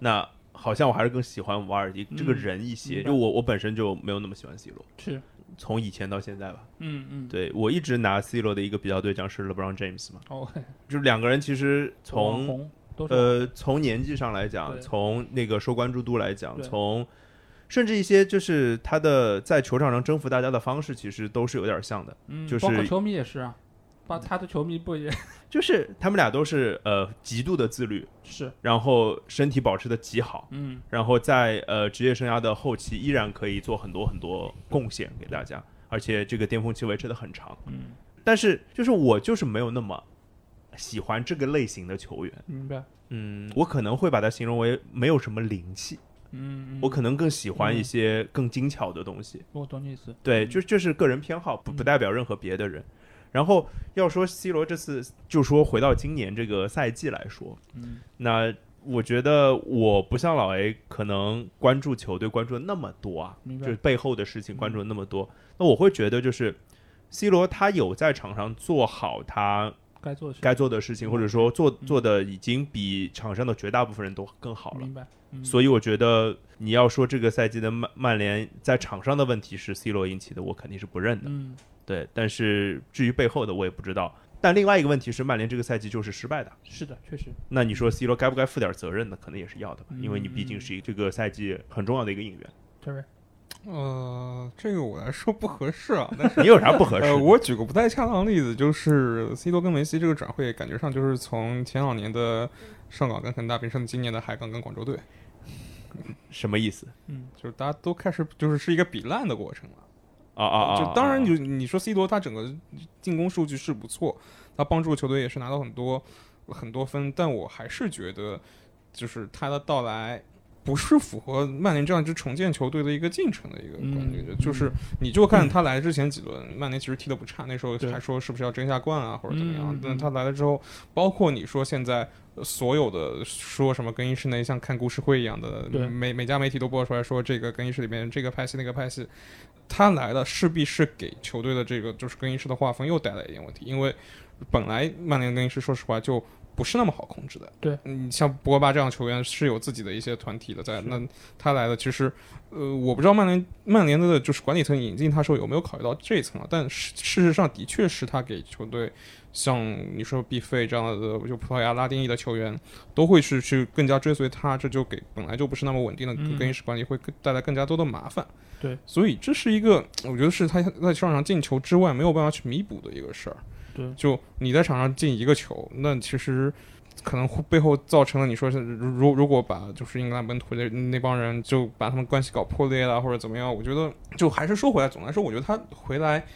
Speaker 3: 那好像我还是更喜欢瓦尔迪这个人一
Speaker 1: 嗯
Speaker 3: 些，
Speaker 1: 明白
Speaker 3: 就我我本身就没有那么喜欢 C 罗，
Speaker 1: 是，
Speaker 3: 从以前到现在吧，
Speaker 1: 嗯嗯，
Speaker 3: 对我一直拿 C 罗的一个比较对象是 LeBron James 嘛，
Speaker 1: ，OK，
Speaker 3: 就是两个人其实从
Speaker 1: 哦红都是
Speaker 3: 呃，从年纪上来讲，
Speaker 1: 对
Speaker 3: 从那个受关注度来讲，
Speaker 1: 对
Speaker 3: 从甚至一些就是他的在球场上征服大家的方式，其实都是有点像的。
Speaker 1: 嗯
Speaker 3: 就是
Speaker 1: 包括球迷也是啊，把他的球迷不也
Speaker 3: 就是他们俩都是呃极度的自律，
Speaker 1: 是？
Speaker 3: 然后身体保持的极好，
Speaker 1: 嗯，
Speaker 3: 然后在呃职业生涯的后期依然可以做很多很多贡献给大家，而且这个巅峰期维持的很长。
Speaker 1: 嗯，
Speaker 3: 但是就是我就是没有那么喜欢这个类型的球员，
Speaker 1: 明白。
Speaker 3: 嗯，我可能会把它形容为没有什么灵气，
Speaker 1: 嗯，嗯
Speaker 3: 我可能更喜欢一些更精巧的东西。
Speaker 1: 我懂你意思。嗯
Speaker 3: 对，就就是个人偏好，不不代表任何别的人。然后要说 C 罗这次，就说回到今年这个赛季来说，
Speaker 1: 嗯
Speaker 3: 那我觉得我不像老 A，可能关注球队关注的那么多啊，
Speaker 1: 明白
Speaker 3: 就是背后的事情关注的
Speaker 1: 嗯
Speaker 3: 那么多。那我会觉得就是 C 罗他有在场上做好他
Speaker 1: 该做的事
Speaker 3: 该做的事情，或者说做
Speaker 1: 嗯
Speaker 3: 做的已经比场上的绝大部分人都更好了。
Speaker 1: 明白。嗯
Speaker 3: 所以我觉得你要说这个赛季的曼曼联在场上的问题是 C 罗引起的，我肯定是不认的。
Speaker 1: 嗯，
Speaker 3: 对，但是至于背后的我也不知道。但另外一个问题是，曼联这个赛季就是失败的。
Speaker 1: 是的，确实。
Speaker 3: 那你说 C 罗该不该负点责任呢？可能也是要的吧，
Speaker 1: 嗯
Speaker 3: 因为你毕竟是一这个赛季很重要的一个应援。
Speaker 1: 对不对？
Speaker 3: 嗯
Speaker 2: 呃，这个我来说不合适啊，但是。
Speaker 3: 你有啥不合适的？
Speaker 2: 呃，我举个不太恰当的例子，就是 C 罗跟梅西这个转会，感觉上就是从前两年
Speaker 1: 嗯
Speaker 2: 的上港跟恒大变成今年的海港跟广州队，
Speaker 3: 什么意思？
Speaker 1: 嗯，
Speaker 2: 就是大家都开始就是是一个比烂的过程了。
Speaker 3: 啊啊啊！
Speaker 2: 就当然
Speaker 3: 有
Speaker 2: 就你说 C 罗他整个进攻数据是不错，他帮助球队也是拿到很多很多分，但我还是觉得就是他的到来。不是符合曼联这样一支重建球队的一个进程的一个
Speaker 1: 嗯
Speaker 2: 感觉，
Speaker 1: 嗯
Speaker 2: 就是你就看他来之前几轮，曼联其实踢得不差，那时候
Speaker 1: 对
Speaker 2: 还说是不是要争一下冠啊或者怎么
Speaker 1: 嗯
Speaker 2: 样
Speaker 1: 嗯，
Speaker 2: 但他来了之后，包括你说现在呃所有的说什么更衣室内像看故事会一样的
Speaker 1: 对，
Speaker 2: 每每家媒体都播出来说这个更衣室里面这个派系那个派系，他来了，势必是给球队的这个就是更衣室的划分又带来一点问题，因为本来曼联更衣室说实话就不是那么好控制的。
Speaker 1: 对，
Speaker 2: 你像博格巴这样的球员是有自己的一些团体的在，那他来了，其实呃，我不知道曼联曼联的就是管理层引进他时候有没有考虑到这一层啊，但事事实上的确是他给球队像你说毕费这样的就葡萄牙拉丁裔的球员都会去去更加追随他，这就给本来就不是那么稳定的
Speaker 1: 嗯
Speaker 2: 更衣室管理会更带来更加多的麻烦。
Speaker 1: 对，
Speaker 2: 所以这是一个我觉得是他在球场上进球之外没有办法去弥补的一个事儿。
Speaker 1: 对
Speaker 2: 就你在场上进一个球，那其实可能会背后造成了你说是如如如果把就是英格兰本土的那帮人就把他们关系搞破裂了或者怎么样，我觉得就还是说回来，总的来说，我觉得他回来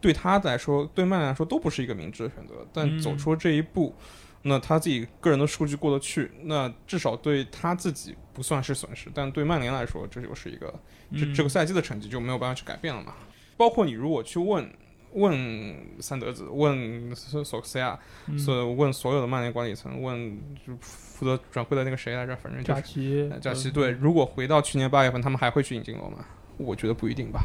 Speaker 2: 对他来说，对曼联来说都不是一个明智的选择，但
Speaker 1: 嗯
Speaker 2: 走出了这一步。那他自己个人的数据过得去，那至少对他自己不算是损失，但对曼联来说，这就是一个这这个赛季的成绩就没有办法去改变了嘛。包括你如果去问问三德子、问索索克斯亚、
Speaker 1: 嗯
Speaker 2: 所问所有的曼联管理层、问就负责转会的那个谁来着，反正就
Speaker 1: 假
Speaker 2: 是
Speaker 1: 期
Speaker 2: 呃扎西。对，如果回到去年八月份，他们还会去引进罗马，我觉得不一定吧。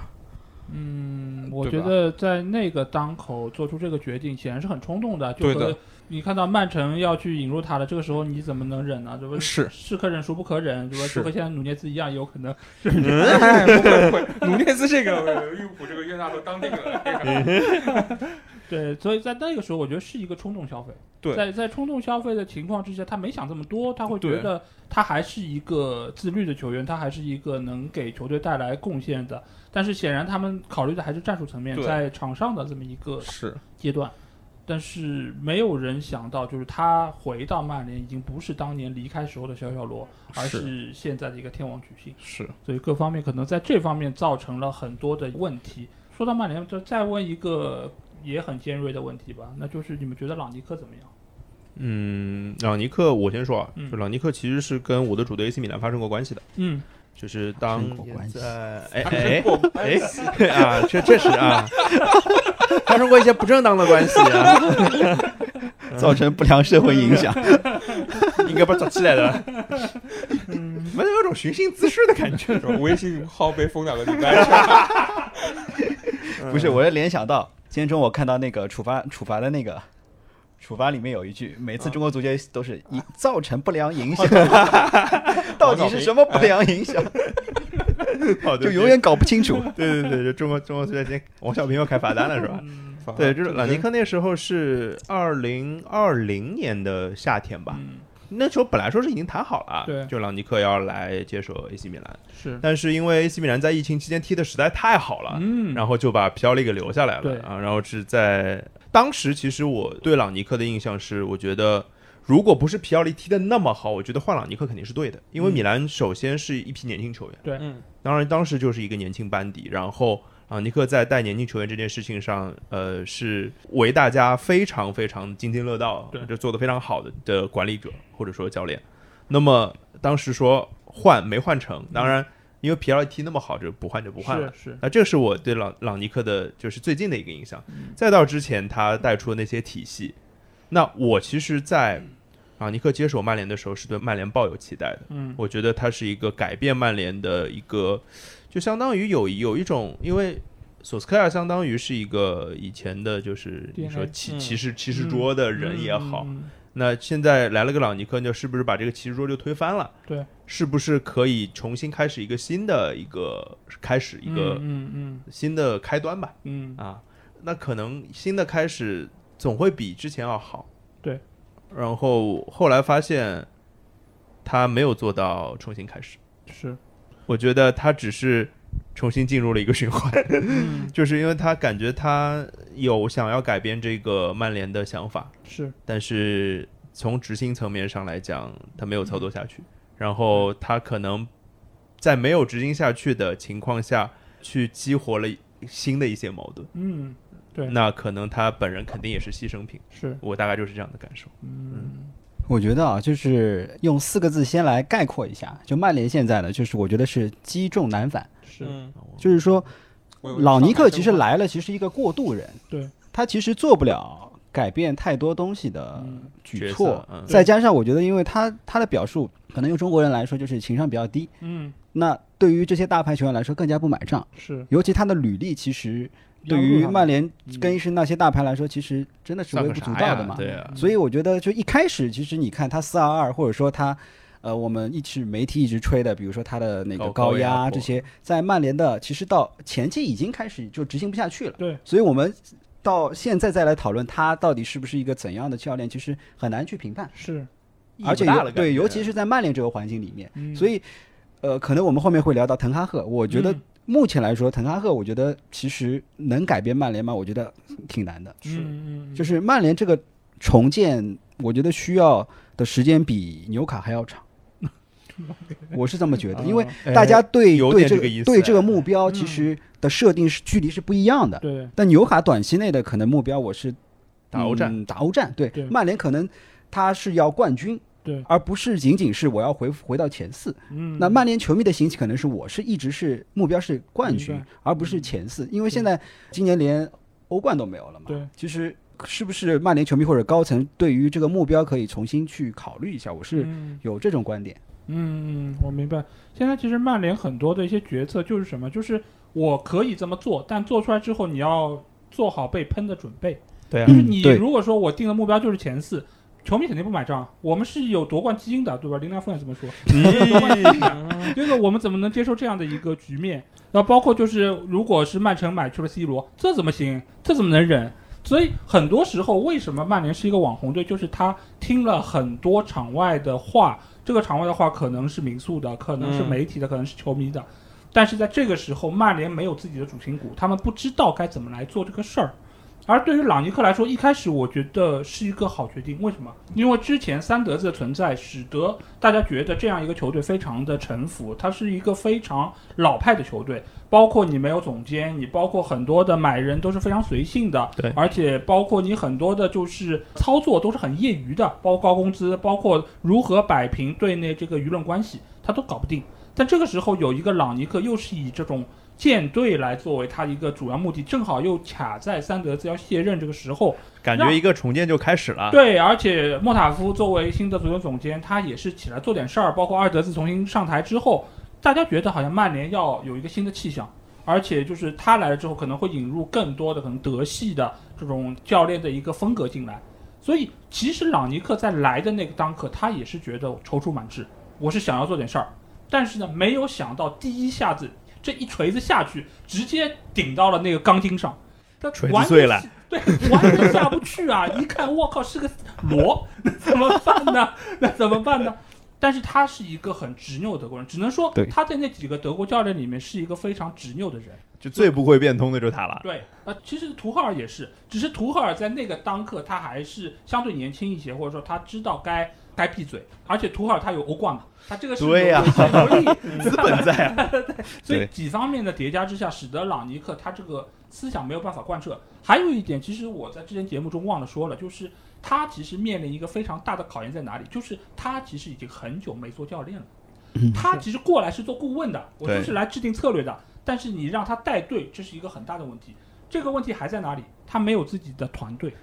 Speaker 1: 嗯，我
Speaker 2: 对
Speaker 1: 觉
Speaker 2: 吧
Speaker 1: 得在那个当口做出这个决定，显然是很冲动的。就
Speaker 2: 对
Speaker 1: 和
Speaker 2: 的
Speaker 1: 你看到曼城要去引入他了，这个时候你怎么能忍呢？这不
Speaker 2: 是
Speaker 1: 是可忍孰不可忍，对吧？
Speaker 2: 是
Speaker 1: 就和现在努涅斯一样，有可能
Speaker 2: 哎不会不会，努涅斯这个呃利物浦这个约纳和当地的那个
Speaker 1: 对，所以在那个时候，我觉得是一个冲动消费。
Speaker 2: 对
Speaker 1: 在在冲动消费的情况之下，他没想这么多，他会觉
Speaker 2: 对
Speaker 1: 得他还是一个自律的球员，他还是一个能给球队带来贡献的。但是显然他们考虑的还是战术层面，
Speaker 2: 对
Speaker 1: 在场上的这么一个
Speaker 2: 是
Speaker 1: 阶段。但是没有人想到，就是他回到曼联已经不是当年离开时候的小小罗，而
Speaker 2: 是
Speaker 1: 是现在的一个天王巨星。
Speaker 2: 是，
Speaker 1: 所以各方面可能在这方面造成了很多的问题。说到曼联，就再问一个也很尖锐的问题吧，那就是你们觉得朗尼克怎么样？
Speaker 3: 嗯，朗尼克，我先说啊，
Speaker 1: 嗯
Speaker 3: 就朗尼克其实是跟我的主队 AC 米兰发生过关系的，
Speaker 1: 嗯，
Speaker 3: 就是当
Speaker 4: 发生过关系
Speaker 3: 在哎哎哎啊，这这是啊，发生过一些不正当的关系啊，
Speaker 4: 造成不良社会影响。
Speaker 3: 应该把找起来的，没有种寻衅滋事的感觉。
Speaker 2: 这种微信号被封两个礼拜，
Speaker 3: 嗯
Speaker 4: 不是，我是联想到今天中午我看到那个处罚处罚的那个。处罚里面有一句，每次中国足球都是
Speaker 3: 嗯
Speaker 4: 以造成不良 影响，到底是什么不良影响，
Speaker 3: 哦，
Speaker 4: 就
Speaker 3: 对
Speaker 4: 永远搞不清楚。
Speaker 3: 对对对，就中国中国足球今天王小平又开罚单了是吧？
Speaker 1: 嗯
Speaker 3: 对，就是朗尼克那时候是二零二零年的夏天吧，
Speaker 1: 嗯
Speaker 3: 那时候本来说是已经谈好了，啊
Speaker 1: 对
Speaker 3: 就朗尼克要来接手 AC 米兰，
Speaker 1: 是，
Speaker 3: 但是因为 AC 米兰在疫
Speaker 4: 呃
Speaker 3: 情期间踢的实在太好了，
Speaker 1: 嗯，
Speaker 3: 然后就把皮奥利给留下来
Speaker 1: 对
Speaker 3: 了啊，然后是在。当时其实我对朗尼克的印象是，我觉得如果不是皮奥利踢的那么好，我觉得换朗尼克肯定是对的，因为米兰首先是一批年轻球员，
Speaker 1: 对
Speaker 2: 嗯，
Speaker 3: 当然当时就是一个年轻班底，然后朗尼克在带年轻球员这件事情上，呃，是为大家非常非常津津乐道，
Speaker 1: 对
Speaker 3: 就做得非常好的的管理者或者说教练。那么当时说换没换成，当然因为皮奥利踢那么好，就不换就不换了。
Speaker 1: 是是，
Speaker 3: 那这是我对朗朗尼克的，就是最近的一个印象。
Speaker 1: 嗯
Speaker 3: 再到之前他带出的那些体系，那我其实，在朗尼克接手曼联的时候，是对曼联抱有期待的。
Speaker 1: 嗯，
Speaker 3: 我觉得他是一个改变曼联的一个，就相当于有有一种，因为索斯克亚相当于是一个以前的，就是你
Speaker 1: DNA
Speaker 3: 说骑
Speaker 2: 嗯
Speaker 3: 骑士骑士桌的人也好，
Speaker 1: 嗯，嗯
Speaker 3: 那现在来了个朗尼克，就是不是把这个骑士桌就推翻了？
Speaker 1: 对，
Speaker 3: 是不是可以重新开始一个新的一个开始一个
Speaker 1: 嗯嗯
Speaker 3: 新的开端吧？
Speaker 1: 嗯嗯，
Speaker 3: 啊，那可能新的开始总会比之前要好。
Speaker 1: 对，
Speaker 3: 然后后来发现他没有做到重新开始，
Speaker 1: 是，
Speaker 3: 我觉得他只是重新进入了一个循环，
Speaker 1: 嗯
Speaker 3: 就是因为他感觉他有想要改变这个曼联的想法，
Speaker 1: 是，
Speaker 3: 但是从执行层面上来讲，他没有操作下去，然后他可能在没有执行下去的情况下，去激活了新的一些矛盾。
Speaker 1: 嗯对
Speaker 3: 那可能他本人肯定也是牺牲品，
Speaker 1: 是，
Speaker 3: 我大概就是这样的感受。
Speaker 1: 嗯
Speaker 4: 我觉得啊，就是用四个字先来概括一下，就曼联现在呢，就是我觉得是积重难返，
Speaker 1: 是，
Speaker 2: 嗯
Speaker 4: 就是说
Speaker 2: 我有
Speaker 4: 老尼克其实
Speaker 2: 上海申花
Speaker 4: 来了，其实一个过渡人，
Speaker 1: 对，
Speaker 4: 他其实做不了改变太多东西的
Speaker 1: 嗯
Speaker 4: 举
Speaker 3: 角
Speaker 4: 措
Speaker 3: 色，嗯
Speaker 4: 再加上我觉得，因为他他的表述可能用中国人来说就是情商比较低，
Speaker 1: 嗯
Speaker 4: 那对于这些大牌球员来说更加不买账，
Speaker 1: 是，
Speaker 4: 尤其他的履历其实呃对于曼联
Speaker 1: 嗯
Speaker 4: 更衣室那些大牌来说，其实真的是微
Speaker 3: 算个
Speaker 4: 不足
Speaker 3: 啥
Speaker 4: 道的
Speaker 3: 呀
Speaker 4: 嘛？？
Speaker 3: 对啊，
Speaker 4: 所以我觉得，就一开始，其实你看他四二二，或者说他，呃，我们一直媒体一直吹的，比如说他的那个
Speaker 3: 高
Speaker 4: 高
Speaker 3: 高压
Speaker 4: 压
Speaker 3: 迫
Speaker 4: 这些，在曼联的其实到前期已经开始就执行不下去了。
Speaker 1: 对，
Speaker 4: 所以我们到现在再来讨论他到底是不是一个怎样的教练，其实很难去评判。
Speaker 1: 是，
Speaker 4: 而且
Speaker 3: 意义不大了感
Speaker 4: 尤
Speaker 3: 觉
Speaker 4: 对，尤其是在曼联这个环境里面，
Speaker 1: 嗯
Speaker 4: 所以，呃，可能我们后面会聊到滕哈赫，我觉得
Speaker 1: 嗯
Speaker 4: 目前来说，滕哈赫，我觉得其实能改变曼联吗？我觉得挺难的。
Speaker 1: 嗯嗯嗯
Speaker 4: 就是曼联这个重建，我觉得需要的时间比纽卡还 要长。我是这么觉得，因为大家对
Speaker 3: 哦哎有
Speaker 4: 对
Speaker 3: 点
Speaker 4: 这
Speaker 3: 这个意思
Speaker 4: 对
Speaker 3: 哎
Speaker 4: 这个目标
Speaker 1: 嗯
Speaker 4: 其实的设定是距离是不一样的。
Speaker 1: 对
Speaker 4: 但纽卡短期内的可能目标，我是
Speaker 3: 打欧战，
Speaker 4: 嗯打欧战。对
Speaker 1: 对，
Speaker 4: 曼联可能他是要冠军，
Speaker 1: 对，
Speaker 4: 而不是仅仅是我要回回到前四。
Speaker 1: 嗯
Speaker 4: 那曼联球迷的心情可能是我是一直是目标是冠军
Speaker 1: 明白，
Speaker 4: 而不
Speaker 3: 嗯
Speaker 4: 是前四，因为现在今年连欧冠都没有了嘛。
Speaker 1: 对，
Speaker 4: 其实是不是曼联球迷或者高层对于这个目标可以重新去考虑一下？我是
Speaker 1: 嗯
Speaker 4: 有这种观点。
Speaker 1: 嗯，嗯我明白。现在其实曼联很多的一些决策就是什么，就是我可以这么做，但做出来之后你要做好被喷的准备。
Speaker 3: 对啊
Speaker 1: 就是
Speaker 4: 嗯
Speaker 1: 你
Speaker 4: 对
Speaker 1: 如果说我定的目标就是前四，球迷肯定不买账，我们是有夺冠基因的，对吧？林丹峰也这么说，夺冠基因的， 这个我们怎么能接受这样的一个局面？然后包括就是，如果是曼城买去了 C 罗，这怎么行？这怎么能忍？所以很多时候，为什么曼联是一个网红队，就是他听了很多场外的话，这个场外的话可能是民宿的，可能是
Speaker 2: 嗯
Speaker 1: 媒体的，可能是球迷的。但是在这个时候，曼联没有自己的主心骨，他们不知道该怎么来做这个事儿。而对于朗尼克来说，一开始我觉得是一个好决定，为什么？因为之前三德子的存在，使得大家觉得这样一个球队非常的臣服，它是一个非常老派的球队，包括你没有总监，你包括很多的买人都是非常随性的，
Speaker 3: 对
Speaker 1: 而且包括你很多的就是操作都是很业余的，包括高工资，包括如何摆平队内这个舆论关系，他都搞不定。但这个时候有一个朗尼克，又是以这种舰队来作为他一个主要目的，正好又卡在三德子要卸任这个时候，
Speaker 3: 感觉一个重建就开始了。
Speaker 1: 对，而且莫塔夫作为新的足球总监，他也是起来做点事儿。包括阿尔德斯重新上台之后，大家觉得好像曼联要有一个新的气象，而且就是他来了之后，可能会引入更多的可能德系的这种教练的一个风格进来。所以其实朗尼克在来的那个当刻，他也是觉得踌躇满志，我是想要做点事儿，但是呢，没有想到第一下子这一锤子下去，直接顶到了那个钢筋上，他
Speaker 3: 锤子
Speaker 1: 完全
Speaker 3: 碎了
Speaker 1: 是。对，完全下不去啊！ 一看，我靠，是个螺，那怎么办呢？ 那怎么办呢？但是他是一个很执拗的德国人，只能说
Speaker 4: 对
Speaker 1: 他在那几个德国教练里面是一个非常执拗的人。
Speaker 3: 就最不会变通的就是他了。
Speaker 1: 对，呃，其实图赫尔也是，只是图赫尔在那个当刻他还是相对年轻一些，或者说他知道该该闭嘴，而且图赫尔他有欧冠嘛，他这个是
Speaker 3: 对呀
Speaker 1: 有有有力
Speaker 3: 资本在 啊，
Speaker 1: 所以
Speaker 3: 对
Speaker 1: 几方面的叠加之下，使得朗尼克他这个思想没有办法贯彻。还有一点，其实我在之前节目中忘了说了，就是他其实面临一个非常大的考验在哪里，就是他其实已经很久没做教练了。他其实过来是做顾问的，我
Speaker 3: 嗯对
Speaker 1: 就是来制定策略的。但是你让他带队，这是一个很大的问题。这个问题还在哪里？他没有自己的团队，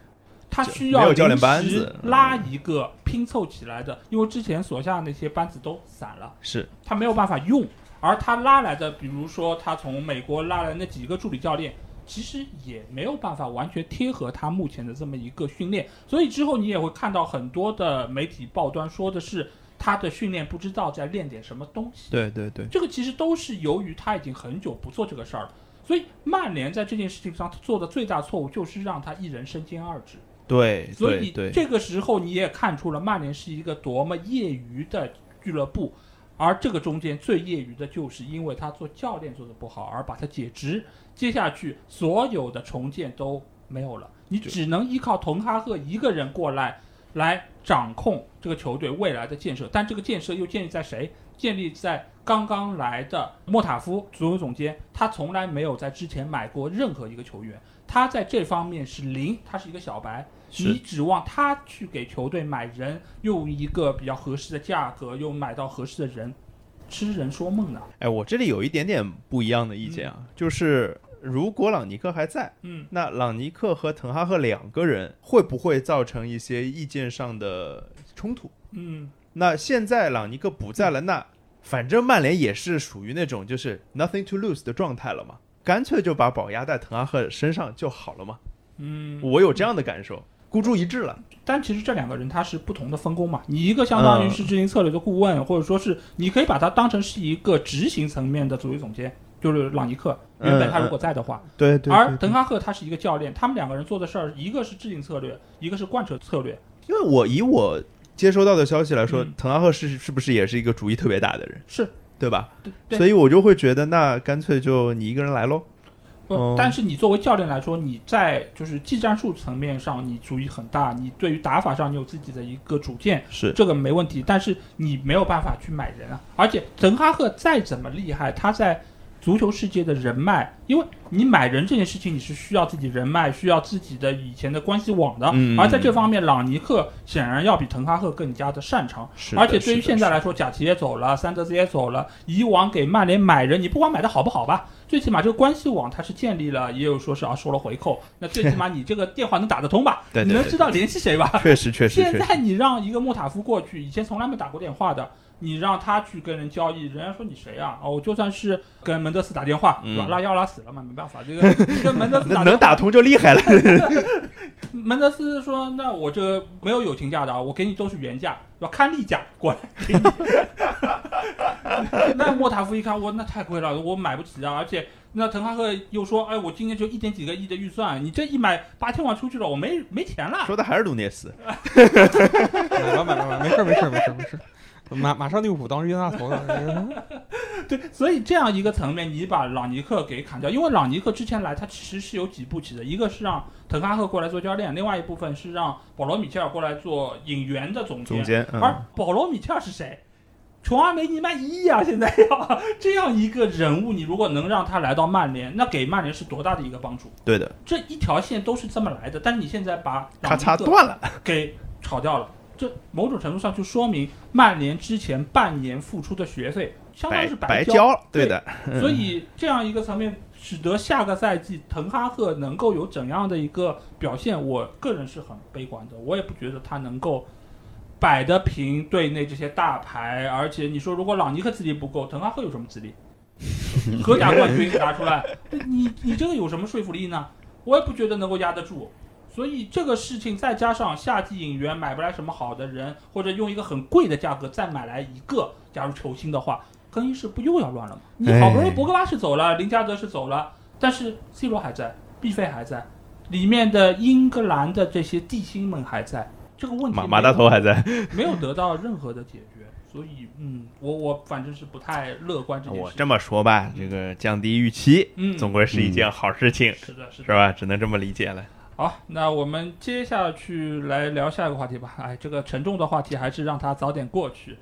Speaker 1: 他需要
Speaker 3: 没有教练
Speaker 1: 临时
Speaker 3: 班子嗯
Speaker 1: 拉一个拼凑起来的，因为之前所下那些班子都散了。
Speaker 3: 是
Speaker 1: 他没有办法用。而他拉来的，比如说他从美国拉来那几个助理教练，其实也没有办法完全贴合他目前的这么一个训练。所以之后你也会看到很多的媒体报端说的是他的训练不知道在练点什么东西。
Speaker 3: 对对对，
Speaker 1: 这个其实都是由于他已经很久不做这个事儿了。所以曼联在这件事情上做的最大错误就是让他一人身兼二职。
Speaker 3: 对
Speaker 1: 所以
Speaker 3: 对对，
Speaker 1: 这个时候你也看出了曼联是一个多么业余的俱乐部，而这个中间最业余的就是因为他做教练做的不好而把他解职，接下去所有的重建都没有了，你只能依靠滕哈赫一个人过来来掌控这个球队未来的建设，但这个建设又建立在谁？建立在刚刚来的莫塔夫足球总监，他从来没有在之前买过任何一个球员，他在这方面是零，他是一个小白。
Speaker 3: 是
Speaker 1: 你指望他去给球队买人，用一个比较合适的价格，又买到合适的人，痴人说梦呢？
Speaker 3: 哎，我这里有一点点不一样的意见啊，就是如果朗尼克还在，
Speaker 1: 嗯，
Speaker 3: 那朗尼克和滕哈赫两个人会不会造成一些意见上的冲突？
Speaker 1: 嗯，
Speaker 3: 那现在朗尼克不在了，那反正曼联也是属于那种就是 nothing to lose 的状态了嘛，干脆就把宝压在滕哈赫身上就好了嘛。
Speaker 1: 嗯，
Speaker 3: 我有这样的感受，孤注一掷了。
Speaker 1: 但其实这两个人他是不同的分工嘛，你一个相当于是执行策略的顾问，或者说是你可以把他当成是一个执行层面的足球总监，就是朗尼克，
Speaker 3: 嗯
Speaker 1: 原本他如果在的话，
Speaker 3: 对对
Speaker 1: 而滕哈赫他是一个教练，他们两个人做的事儿，一个是制定策略，一个是贯彻策略，
Speaker 3: 因为我以我接收到的消息来说
Speaker 1: 嗯，
Speaker 3: 滕哈赫是是不是也是一个主意特别大的人，
Speaker 1: 是
Speaker 3: 对吧？
Speaker 1: 对对。
Speaker 3: 所以我就会觉得，那干脆就你一个人来喽。
Speaker 1: 不
Speaker 3: 哦
Speaker 1: 但是你作为教练来说，你在就是技战术层面上你主意很大，你对于打法上你有自己的一个主见，
Speaker 3: 是
Speaker 1: 这个没问题。但是你没有办法去买人啊，而且滕哈赫再怎么厉害，他在足球世界的人脉，因为你买人这件事情，你是需要自己人脉，需要自己的以前的关系网的。
Speaker 3: 嗯
Speaker 1: 而在这方面，朗尼克显然要比滕哈赫更加的擅长。
Speaker 3: 是
Speaker 1: 而且对于现在来说，贾奇也走了，桑德斯也走了。以往给曼联买人，你不管买的好不好吧，最起码这个关系网它是建立了，也有说是啊收了回扣。那最起码你这个电话能打得通吧？
Speaker 3: 对对
Speaker 1: 你能
Speaker 3: 对
Speaker 1: 知道联系谁吧？
Speaker 3: 确实确实
Speaker 1: 现
Speaker 3: 确实
Speaker 1: 在你让一个穆塔夫过去，以前从来没打过电话的，你让他去跟人交易，人家说你谁啊？哦，我就算是跟门德斯打电话，
Speaker 3: 嗯
Speaker 1: 对吧？拉要拉死了嘛，没办法，这个你跟门德斯打电
Speaker 3: 能能
Speaker 1: 话
Speaker 3: 打通就厉 害了。
Speaker 1: 门德斯说：“那我这个没有友情价的啊，我给你都是原价，要看例价过来给你。” 那莫塔夫一看，我那太贵了，我买不起啊！而且那滕哈赫又说：“哎，我今年就一点几个亿的预算，你这一买八千万出去了，我没没钱了。
Speaker 3: 说的还是卢涅 斯，
Speaker 2: 买吧买吧买吧，没事儿没事儿没事儿没事儿。马马上利物浦当冤大头了，”
Speaker 1: 对，所以这样一个层面，你把朗尼克给砍掉，因为朗尼克之前来，他其实是有几步棋的，一个是让滕哈赫过来做教练，另外一部分是让保罗·米切尔过来做引援的总监。
Speaker 3: 总监，嗯，
Speaker 1: 而保罗·米切尔是谁？琼阿梅尼卖一亿啊！现在要这样一个人物，你如果能让他来到曼联，那给曼联是多大的一个帮助？
Speaker 3: 对的，
Speaker 1: 这一条线都是这么来的，但是你现在把
Speaker 3: 咔
Speaker 1: 朗尼克
Speaker 3: 嚓断了。
Speaker 1: 给炒掉了，这某种程度上就说明曼联之前半年付出的学费相当于是
Speaker 3: 哎白
Speaker 1: 交。
Speaker 3: 交了，对的，
Speaker 1: 所以这样一个层面，使得下个赛季滕哈赫能够有怎样的一个表现，我个人是很悲观的。我也不觉得他能够摆得平队内这些大牌，而且你说如果朗尼克资历不够，滕哈赫有什么资历？荷甲冠军拿出来，你你这个有什么说服力呢？我也不觉得能够压得住。所以这个事情再加上夏季引援买不来什么好的人，或者用一个很贵的价格再买来一个，假如球星的话，更衣室不又要乱了吗？你好不容易博格巴是走了，林加德是走了，但是 C 罗还在，毕费还在，里面的英格兰的这些地星们还在，这个问题
Speaker 3: 马
Speaker 1: 没
Speaker 3: 马大头还在，
Speaker 1: 没有得到任何的解决。
Speaker 5: 所以嗯，我我反正是不太乐观这件
Speaker 3: 哦我
Speaker 5: 事。
Speaker 3: 这么说吧，这个降低预期，
Speaker 5: 嗯
Speaker 3: 总归是一件好事
Speaker 1: 嗯
Speaker 3: 情，
Speaker 5: 是的，是
Speaker 3: 是
Speaker 5: 的。
Speaker 3: 吧？只能这么理解了。
Speaker 5: 好，那我们接下去来聊下一个话题吧。哎，这个沉重的话题还是让它早点过去。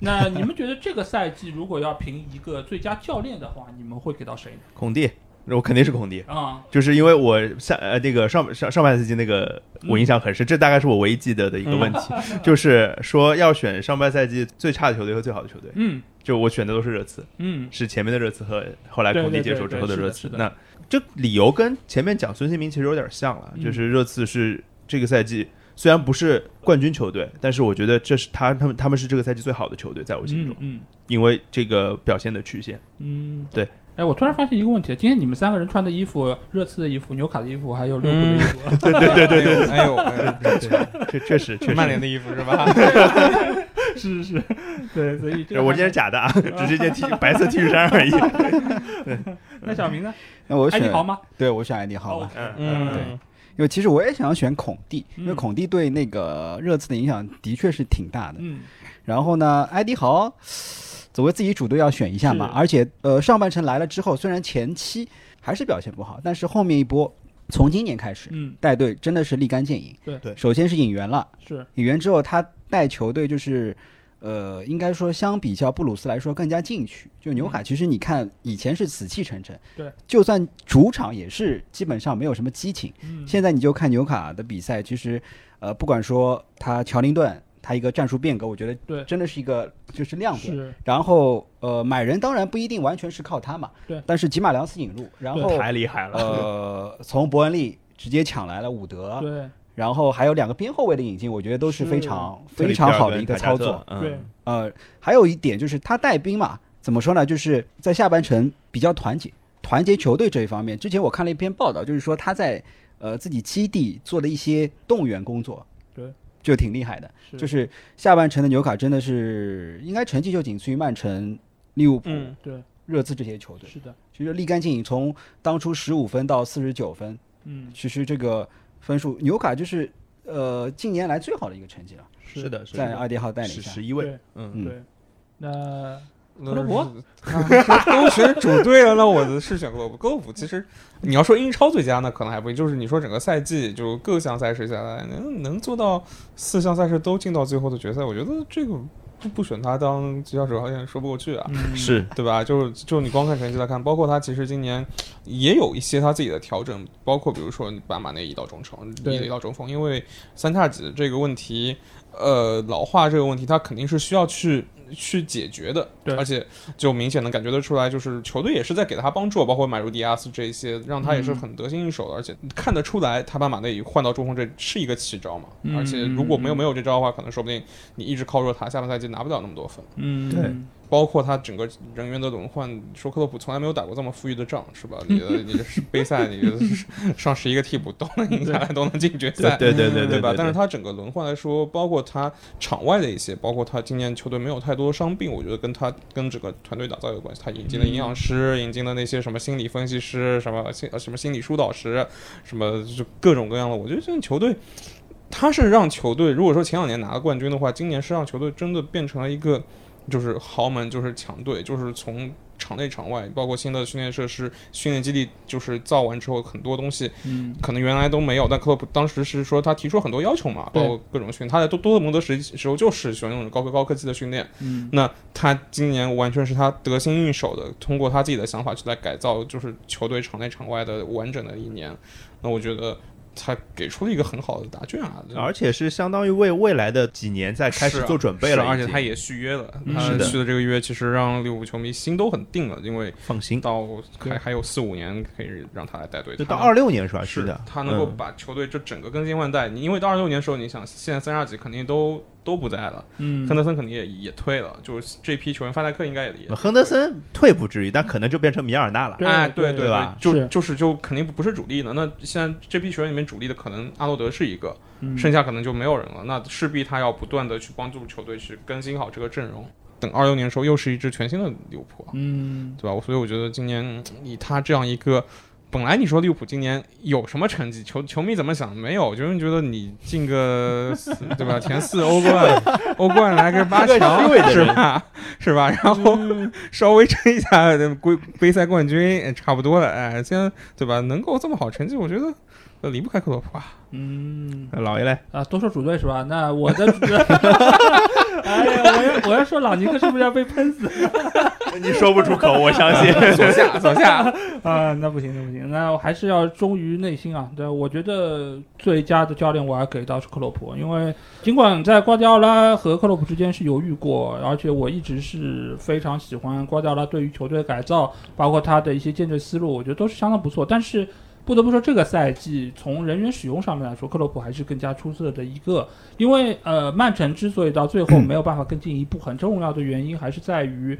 Speaker 5: 那你们觉得这个赛季如果要评一个最佳教练的话，你们会给到谁呢？
Speaker 3: 孔蒂，我肯定是孔蒂，
Speaker 5: 啊、
Speaker 3: 就是因为我下呃那个上上上半赛季那个
Speaker 5: 嗯
Speaker 3: 我印象很深，这大概是我唯一记得的一个问题， 就是说要选上半赛季最差的球队和最好的球队，
Speaker 5: 嗯
Speaker 3: 就我选的都是热刺，
Speaker 5: 嗯
Speaker 3: 是前面的热刺和后来孔蒂接手之后
Speaker 5: 对对对对
Speaker 3: 热
Speaker 5: 是
Speaker 3: 刺。
Speaker 5: 的是
Speaker 3: 那这理由跟前面讲孙兴民其实有点像了，
Speaker 5: 嗯
Speaker 3: 就是热刺是这个赛季虽然不是冠军球队，但是我觉得这是他他们他们是这个赛季最好的球队，在我心中
Speaker 5: 嗯，嗯
Speaker 3: 因为这个表现的曲线。
Speaker 5: 嗯，
Speaker 3: 对。
Speaker 5: 哎，我突然发现一个问题，今天你们三个人穿的衣服，热刺的衣服、纽卡的衣服，还有利物浦的衣服，
Speaker 2: 对对对，哎呦，哎
Speaker 3: 对对，确确实确
Speaker 2: 呦曼
Speaker 3: 实
Speaker 2: 联。的衣服是吧？
Speaker 5: 是是是，对，所以这个
Speaker 3: 我
Speaker 5: 还
Speaker 3: 今天是假的啊， 只是一件 T 白色 T 恤衫而已。
Speaker 5: 那小明呢？
Speaker 4: 那我
Speaker 5: 艾迪
Speaker 4: 选
Speaker 5: 豪吗？
Speaker 4: 对我选艾迪豪吧，
Speaker 3: 嗯，
Speaker 2: 嗯，
Speaker 4: 因为其实我也想要选孔蒂，因为
Speaker 5: 嗯
Speaker 4: 孔蒂对那个热刺的影响的确是挺大的。
Speaker 5: 嗯
Speaker 4: 然后呢，埃迪豪总归自己主队要选一下嘛，
Speaker 5: 是
Speaker 4: 而且呃上半程来了之后，虽然前期还是表现不好，但是后面一波从今年开始
Speaker 5: 嗯，
Speaker 4: 带队真的是立竿见影。
Speaker 5: 对
Speaker 3: 对
Speaker 4: 首先是引援了，
Speaker 5: 是
Speaker 4: 引援之后他带球队就是。呃，应该说相比较布鲁斯来说更加进取。就纽卡，其实你看以前是死气沉沉，
Speaker 5: 嗯对，
Speaker 4: 就算主场也是基本上没有什么激情。
Speaker 5: 嗯
Speaker 4: 现在你就看纽卡的比赛，其实，呃，不管说他乔林顿他一个战术变革，我觉得
Speaker 5: 对
Speaker 4: 真的是一个就是亮点。
Speaker 5: 是
Speaker 4: 然后呃，买人当然不一定完全是靠他嘛，
Speaker 5: 对
Speaker 4: 但是吉马良斯引入，然后
Speaker 3: 太厉害了。
Speaker 4: 呃，从伯恩利直接抢来了伍德，
Speaker 5: 对
Speaker 4: 然后还有两个边后卫的引进，我觉得都是非
Speaker 5: 是
Speaker 4: 常非常好的一个操作。
Speaker 1: 嗯
Speaker 3: 嗯
Speaker 5: 对，
Speaker 4: 呃，还有一点就是他带兵嘛，怎么说呢？就是在下半程比较团结，团结球队这一方面。之前我看了一篇报道，就是说他在呃自己基地做的一些动员工作，
Speaker 5: 对，
Speaker 4: 就挺厉害的。
Speaker 5: 是
Speaker 4: 就是下半程的纽卡真的是应该成绩就仅次于曼城、利物浦、
Speaker 2: 嗯
Speaker 5: 对
Speaker 4: 热刺这些球队，
Speaker 5: 是的，
Speaker 4: 其实立竿见影。从当初十五分到四十九分，
Speaker 5: 嗯
Speaker 4: 其实这个分数纽卡就是呃近年来最好的一个成绩了，
Speaker 3: 是的，是
Speaker 4: 在
Speaker 3: 的，
Speaker 4: 二迪号带领
Speaker 3: 是
Speaker 4: 下。
Speaker 3: 十一
Speaker 5: 对
Speaker 3: 位，嗯，
Speaker 4: 嗯
Speaker 5: 对。那
Speaker 2: 克
Speaker 5: 克洛 普
Speaker 2: 啊都选主队了，那我的是选克洛普。克洛普其实你要说英超最佳，那可能还不一定。就是你说整个赛季，就各项赛事下来，能能做到四项赛事都进到最后的决赛，我觉得这个不不选他当最佳手好像说不过去啊。
Speaker 5: 嗯
Speaker 3: 是
Speaker 2: 对吧？就是就你光看成绩来看，包括他其实今年也有一些他自己的调整，包括比如说你把马内移到中场，
Speaker 5: 对
Speaker 2: 移到中锋，因为三叉戟这个问题，呃，老化这个问题，他肯定是需要去去解决的。
Speaker 5: 对
Speaker 2: 而且就明显能感觉得出来，就是球队也是在给他帮助，包括买入迪亚斯这一些，让他也
Speaker 5: 嗯
Speaker 2: 是很得心应手的。而且看得出来，他把马内换到中锋这是一个奇招嘛。
Speaker 5: 嗯
Speaker 2: 而且如果没有没有这招的话，可能说不定你一直靠若塔，下半赛季拿不了那么多分。
Speaker 5: 嗯
Speaker 3: 对
Speaker 2: 包括他整个人员的轮换，说克洛普从来没有打过这么富裕的仗，是吧？你的你的杯赛，你的上十一个替补都能赢下来，都能进决
Speaker 3: 对嗯
Speaker 2: 赛，
Speaker 3: 对对对
Speaker 2: 对吧？但是
Speaker 3: 他
Speaker 2: 他整个轮换来说，包括他场外的一些，包括他今年球队没有太多伤病，我觉得跟他跟整个团队打造有关系。他引进了营养师，引进了那些什么心理分析师，什么心呃什么心理疏导师，什么就各种各样的。我觉得现在球队。他是让球队，如果说前两年拿了冠军的话，今年是让球队真的变成了一个，就是豪门，就是强队，就是从场内场外，包括新的训练设施、训练基地，就是造完之后，很多东西
Speaker 5: 嗯
Speaker 2: 可能原来都没有，但克洛普当时是说他提出很多要求嘛，
Speaker 5: 对
Speaker 2: 包括各种训练，他在多多特蒙德时时候就是喜欢那种高科高科技的训练。
Speaker 5: 嗯
Speaker 2: 那他今年完全是他得心应手的，通过他自己的想法去来改造，就是球队场内场外的完整的一年。那我觉得他给出了一个很好的答卷啊，
Speaker 3: 而且是相当于为未来的几年在开
Speaker 2: 是
Speaker 3: 始
Speaker 2: 啊
Speaker 3: 做准备
Speaker 2: 是
Speaker 3: 了
Speaker 2: 啊
Speaker 3: 已经，
Speaker 2: 而且他也续约了，
Speaker 5: 嗯
Speaker 2: 他
Speaker 3: 是的
Speaker 2: 续的这个约其实让利物浦球迷心都很定了，因为
Speaker 3: 放心，
Speaker 2: 到还
Speaker 5: 对
Speaker 2: 还有四五年可以让他来带队，
Speaker 3: 就
Speaker 2: 他
Speaker 3: 到
Speaker 2: 能
Speaker 3: 二六年是吧？
Speaker 2: 是
Speaker 3: 的，
Speaker 2: 他能够
Speaker 3: 嗯
Speaker 2: 把球队这整个更新换代。你因为到二六年的时候，你想现在三十二级肯定都都不在了，
Speaker 5: 嗯
Speaker 2: 亨德森肯定也也退了，就是这批球员，范戴克应该也也
Speaker 3: 亨德森退不至于，但可能就变成米尔纳了。
Speaker 5: 对
Speaker 2: 哎，对
Speaker 5: 对
Speaker 3: 对吧
Speaker 2: 就是就是就肯定不是主力了。那现在这批球员里面主力的可能阿诺德是一个，
Speaker 5: 嗯
Speaker 2: 剩下可能就没有人了。那势必他要不断的去帮助球队去更新好这个阵容。等二六年的时候，又是一支全新的利物浦啊，
Speaker 5: 嗯
Speaker 2: 对吧？所以我觉得今年嗯以他这样一个本来你说利物浦今年有什么成绩，球球迷怎么想？没有，就是觉得你进个四 对吧，前四欧冠，欧冠来个八
Speaker 3: 这个虚伪
Speaker 2: 强
Speaker 3: 的
Speaker 2: 是
Speaker 3: 人
Speaker 2: 吧？是吧？然后稍微争一下杯杯赛冠军，哎差不多了。哎，现在对吧？能够这么好成绩，我觉得呃离不开克洛普啊。
Speaker 1: 嗯
Speaker 3: 老爷嘞，
Speaker 1: 啊，都说主队是吧？那我的主队，哎呀，我要我要说朗尼克是不是要被喷死？
Speaker 3: 你说不出口，我相信。
Speaker 2: 左下，左下，
Speaker 1: 啊，那不行，那不行，那我还是要忠于内心啊。对，我觉得最佳的教练我还给到是克洛普，因为尽管在瓜迪奥拉和克洛普之间是犹豫过，而且我一直是非常喜欢瓜迪奥拉对于球队改造，包括他的一些建队思路，我觉得都是相当不错。但是不得不说，这个赛季从人员使用上面来说，克洛普还是更加出色的一个。因为呃，曼城之所以到最后没有办法更进一步，很重要的原因还是在于，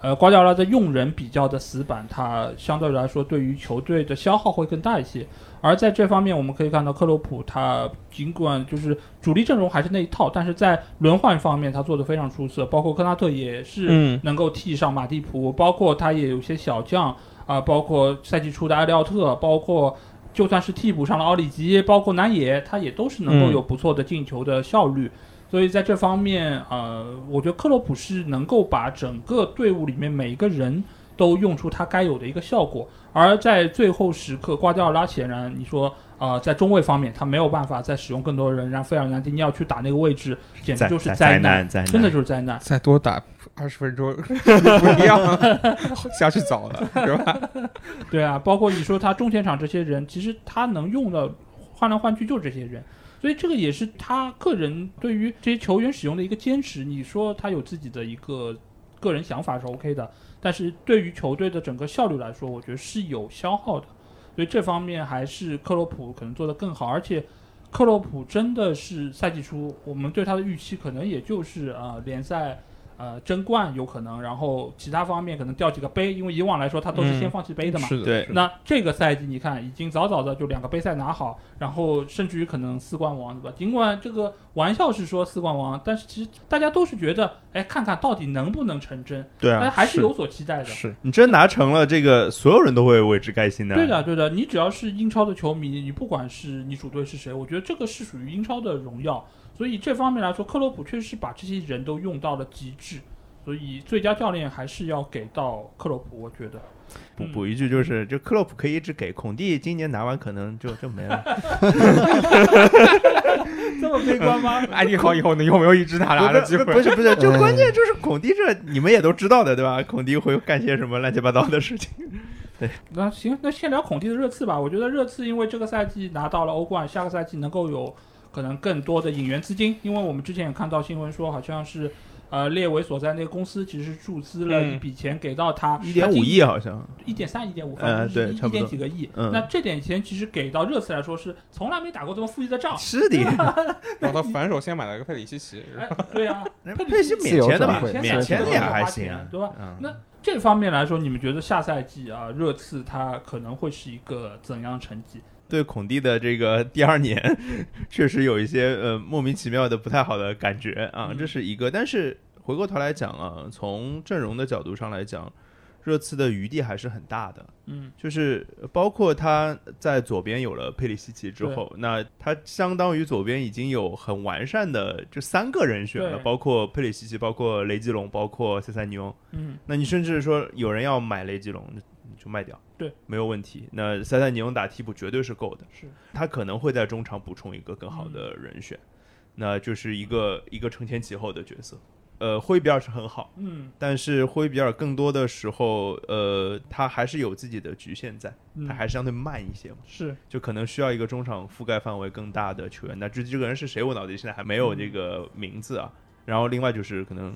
Speaker 1: 呃，瓜迪奥拉的用人比较的死板，他相对来说对于球队的消耗会更大一些。而在这方面，我们可以看到克洛普他尽管就是主力阵容还是那一套，但是在轮换方面他做的非常出色，包括科纳特也是
Speaker 2: 嗯
Speaker 1: 能够替上马蒂普，包括他也有些小将啊、包括赛季初的埃利奥特，包括就算是替补上了奥里吉，包括南野，他也都是能够有不错的进球的效率。所以在这方面，呃，我觉得克洛普是能够把整个队伍里面每一个人都用出他该有的一个效果。而在最后时刻，瓜迪奥拉显然你说啊、呃在中卫方面他没有办法再使用更多的人，让费尔南迪尼奥去打那个位置，简直就是
Speaker 3: 灾
Speaker 1: 难，，
Speaker 3: 灾难，
Speaker 1: 真的就是灾难。
Speaker 2: 再多打二十分钟 不一样了， 下去早了，是吧？
Speaker 1: 对啊，包括你说他中前场这些人，其实他能用的换来换去就这些人，所以这个也是他个人对于这些球员使用的一个坚持。你说他有自己的一个个人想法是 OK 的，但是对于球队的整个效率来说，我觉得是有消耗的。所以这方面还是克洛普可能做得更好，而且克洛普真的是赛季初我们对他的预期可能也就是啊、呃联赛。呃，争冠有可能，然后其他方面可能掉几个杯，因为以往来说他都是先
Speaker 2: 嗯
Speaker 1: 放弃杯的嘛。
Speaker 2: 是的，
Speaker 3: 对
Speaker 2: 是的
Speaker 1: 那这个赛季你看，已经早早的就两个杯赛拿好，然后甚至于可能四冠王，对吧？尽管这个玩笑是说四冠王，但是其实大家都是觉得，哎，看看到底能不能成真，
Speaker 3: 对
Speaker 1: 大
Speaker 3: 啊，
Speaker 1: 家还是有所期待的。
Speaker 2: 是啊
Speaker 3: 你真拿成了，这个所有人都会为之开心的。
Speaker 1: 对的，对的，你只要是英超的球迷，你不管是你主队是谁，我觉得这个是属于英超的荣耀。所以这方面来说，克洛普确实是把这些人都用到了极致。所以最佳教练还是要给到克洛普，我觉得。
Speaker 3: 补补一句就是，就克洛普可以一直给，孔蒂今年拿完可能就就没 了。
Speaker 1: 这么悲观吗？
Speaker 2: 安利好以后，你有没有一直他俩的机
Speaker 3: 不
Speaker 2: 会？
Speaker 3: 不是不是，
Speaker 4: 嗯
Speaker 3: 就关键就是孔蒂这你们也都知道的，对吧？孔蒂会干些什么乱七八糟的事情？
Speaker 1: 那行，那先聊孔蒂的热刺吧。我觉得热刺因为这个赛季拿到了欧冠，下个赛季能够有可能更多的引援资金，因为我们之前也看到新闻说，好像是呃列维所在那个公司其实是注资了
Speaker 2: 嗯
Speaker 1: 一笔钱给到他，
Speaker 3: 一点五亿好像，
Speaker 1: 一点三、一点五，
Speaker 3: 呃
Speaker 1: 反正
Speaker 3: 对
Speaker 1: 是
Speaker 3: 差
Speaker 1: 一
Speaker 3: 不多
Speaker 1: 点几个亿。
Speaker 3: 嗯
Speaker 1: 那这点钱其实给到热刺来说是从来没打过这么富裕的 仗。
Speaker 3: 是 的，
Speaker 2: 然后他反手先买了个佩里西奇，
Speaker 1: 哎，对啊，
Speaker 3: 人佩西免钱的吧，
Speaker 4: 自由转会
Speaker 3: 免钱的也还行，
Speaker 1: 对吧
Speaker 3: 嗯？
Speaker 1: 那这方面来说，你们觉得下赛季啊，热刺他可能会是一个怎样的成绩？
Speaker 3: 对孔蒂的这个第二年，确实有一些呃莫名其妙的不太好的感觉啊，
Speaker 1: 嗯
Speaker 3: 这是一个。但是回过头来讲啊，从阵容的角度上来讲，热刺的余地还是很大的。
Speaker 1: 嗯，
Speaker 3: 就是包括他在左边有了佩里西奇之后，那他相当于左边已经有很完善的这三个人选了，
Speaker 1: 对
Speaker 3: 包括佩里西奇，包括雷吉隆，包括塞塞尼翁。
Speaker 1: 嗯，
Speaker 3: 那你甚至说有人要买雷吉隆，你你就卖掉，
Speaker 1: 对，
Speaker 3: 没有问题。那塞塞尼翁打替补绝对是够的，
Speaker 1: 是。
Speaker 3: 他可能会在中场补充一个更好的人选，那就是一个一个承前启后的角色。呃，霍伊比尔是很好，
Speaker 1: 嗯，
Speaker 3: 但是霍伊比尔更多的时候，呃，他还是有自己的局限在，
Speaker 1: 嗯
Speaker 3: 他还是相对慢一些嘛，
Speaker 1: 是
Speaker 3: 就可能需要一个中场覆盖范围更大的球员。那至于这个人是谁，我脑子里现在还
Speaker 1: 嗯
Speaker 3: 没有这个名字啊。然后另外就是可能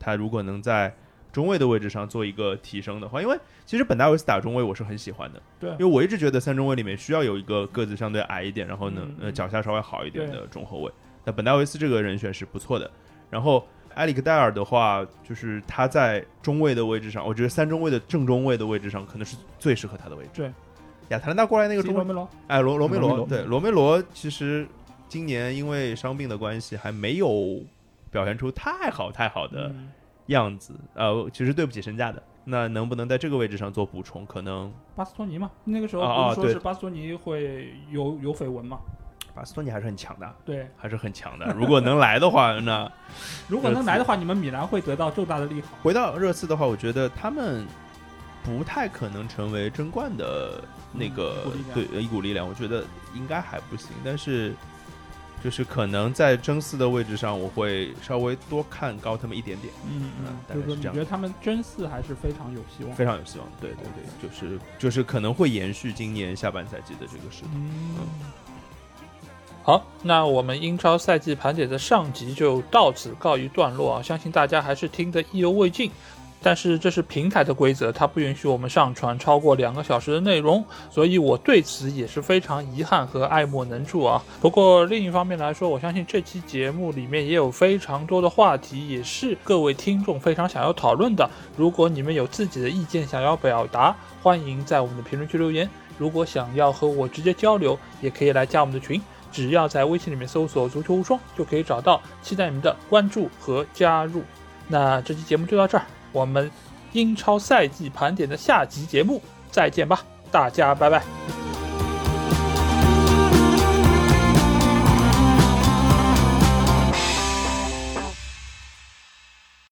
Speaker 3: 他如果能在中卫的位置上做一个提升的话，因为其实本戴维斯打中卫我是很喜欢的，
Speaker 1: 对
Speaker 3: 因为我一直觉得三中卫里面需要有一个个子相对矮一点，然后呢
Speaker 1: 嗯，
Speaker 3: 呃，
Speaker 1: 嗯
Speaker 3: 脚下稍微好一点
Speaker 1: 对
Speaker 3: 的中后卫。那本戴维斯这个人选是不错的。然后埃里克戴尔的话，就是他在中卫的位置上，我觉得三中卫的正中卫的位置上可能是最适合他的位置。
Speaker 1: 对，
Speaker 3: 亚特兰大过来那个
Speaker 1: 西
Speaker 3: 中
Speaker 1: 罗
Speaker 3: 卫，
Speaker 1: 梅罗，
Speaker 3: 哎，罗罗梅
Speaker 1: 罗梅
Speaker 3: 罗，
Speaker 1: 罗
Speaker 3: 对，罗梅罗其实今年因为伤病的关系，还没有表现出太好太好的
Speaker 1: 嗯
Speaker 3: 样子，呃，其实对不起身价的。那能不能在这个位置上做补充？可能
Speaker 5: 巴斯托尼嘛，那个时候
Speaker 3: 哦
Speaker 5: 不
Speaker 3: 哦
Speaker 5: 是说
Speaker 3: 对
Speaker 5: 是巴斯托尼会有有绯闻嘛？
Speaker 3: 巴斯托尼还是很强的，
Speaker 5: 对，
Speaker 3: 还是很强的。如果能来的话，那
Speaker 5: 如果能来的话，你们米兰会得到重大的利好。
Speaker 3: 回到热刺的话，我觉得他们不太可能成为争冠的那个、
Speaker 5: 嗯一股力量
Speaker 3: 对呃一股力量，我觉得应该还不行。但是就是可能在争四的位置上，我会稍微多看高他们一点点，
Speaker 5: 嗯
Speaker 3: 嗯大概
Speaker 5: 就是是说
Speaker 3: 这
Speaker 5: 你
Speaker 3: 样
Speaker 5: 觉得他们争四还是非常有希望。
Speaker 3: 非常有希望。对对对，就是就是可能会延续今年下半赛季的这个势头。
Speaker 5: 嗯，
Speaker 1: 好，那我们英超赛季盘点的上集就到此告一段落啊，相信大家还是听得意犹未尽。但是这是平台的规则，它不允许我们上传超过两个小时的内容，所以我对此也是非常遗憾和爱莫能助啊。不过另一方面来说，我相信这期节目里面也有非常多的话题，也是各位听众非常想要讨论的。如果你们有自己的意见想要表达，欢迎在我们的评论区留言。如果想要和我直接交流，也可以来加我们的群，只要在微信里面搜索“足球无双”就可以找到。期待你们的关注和加入。那这期节目就到这儿，我们英超赛季盘点的下集节目再见吧，大家拜拜。
Speaker 3: 拜拜。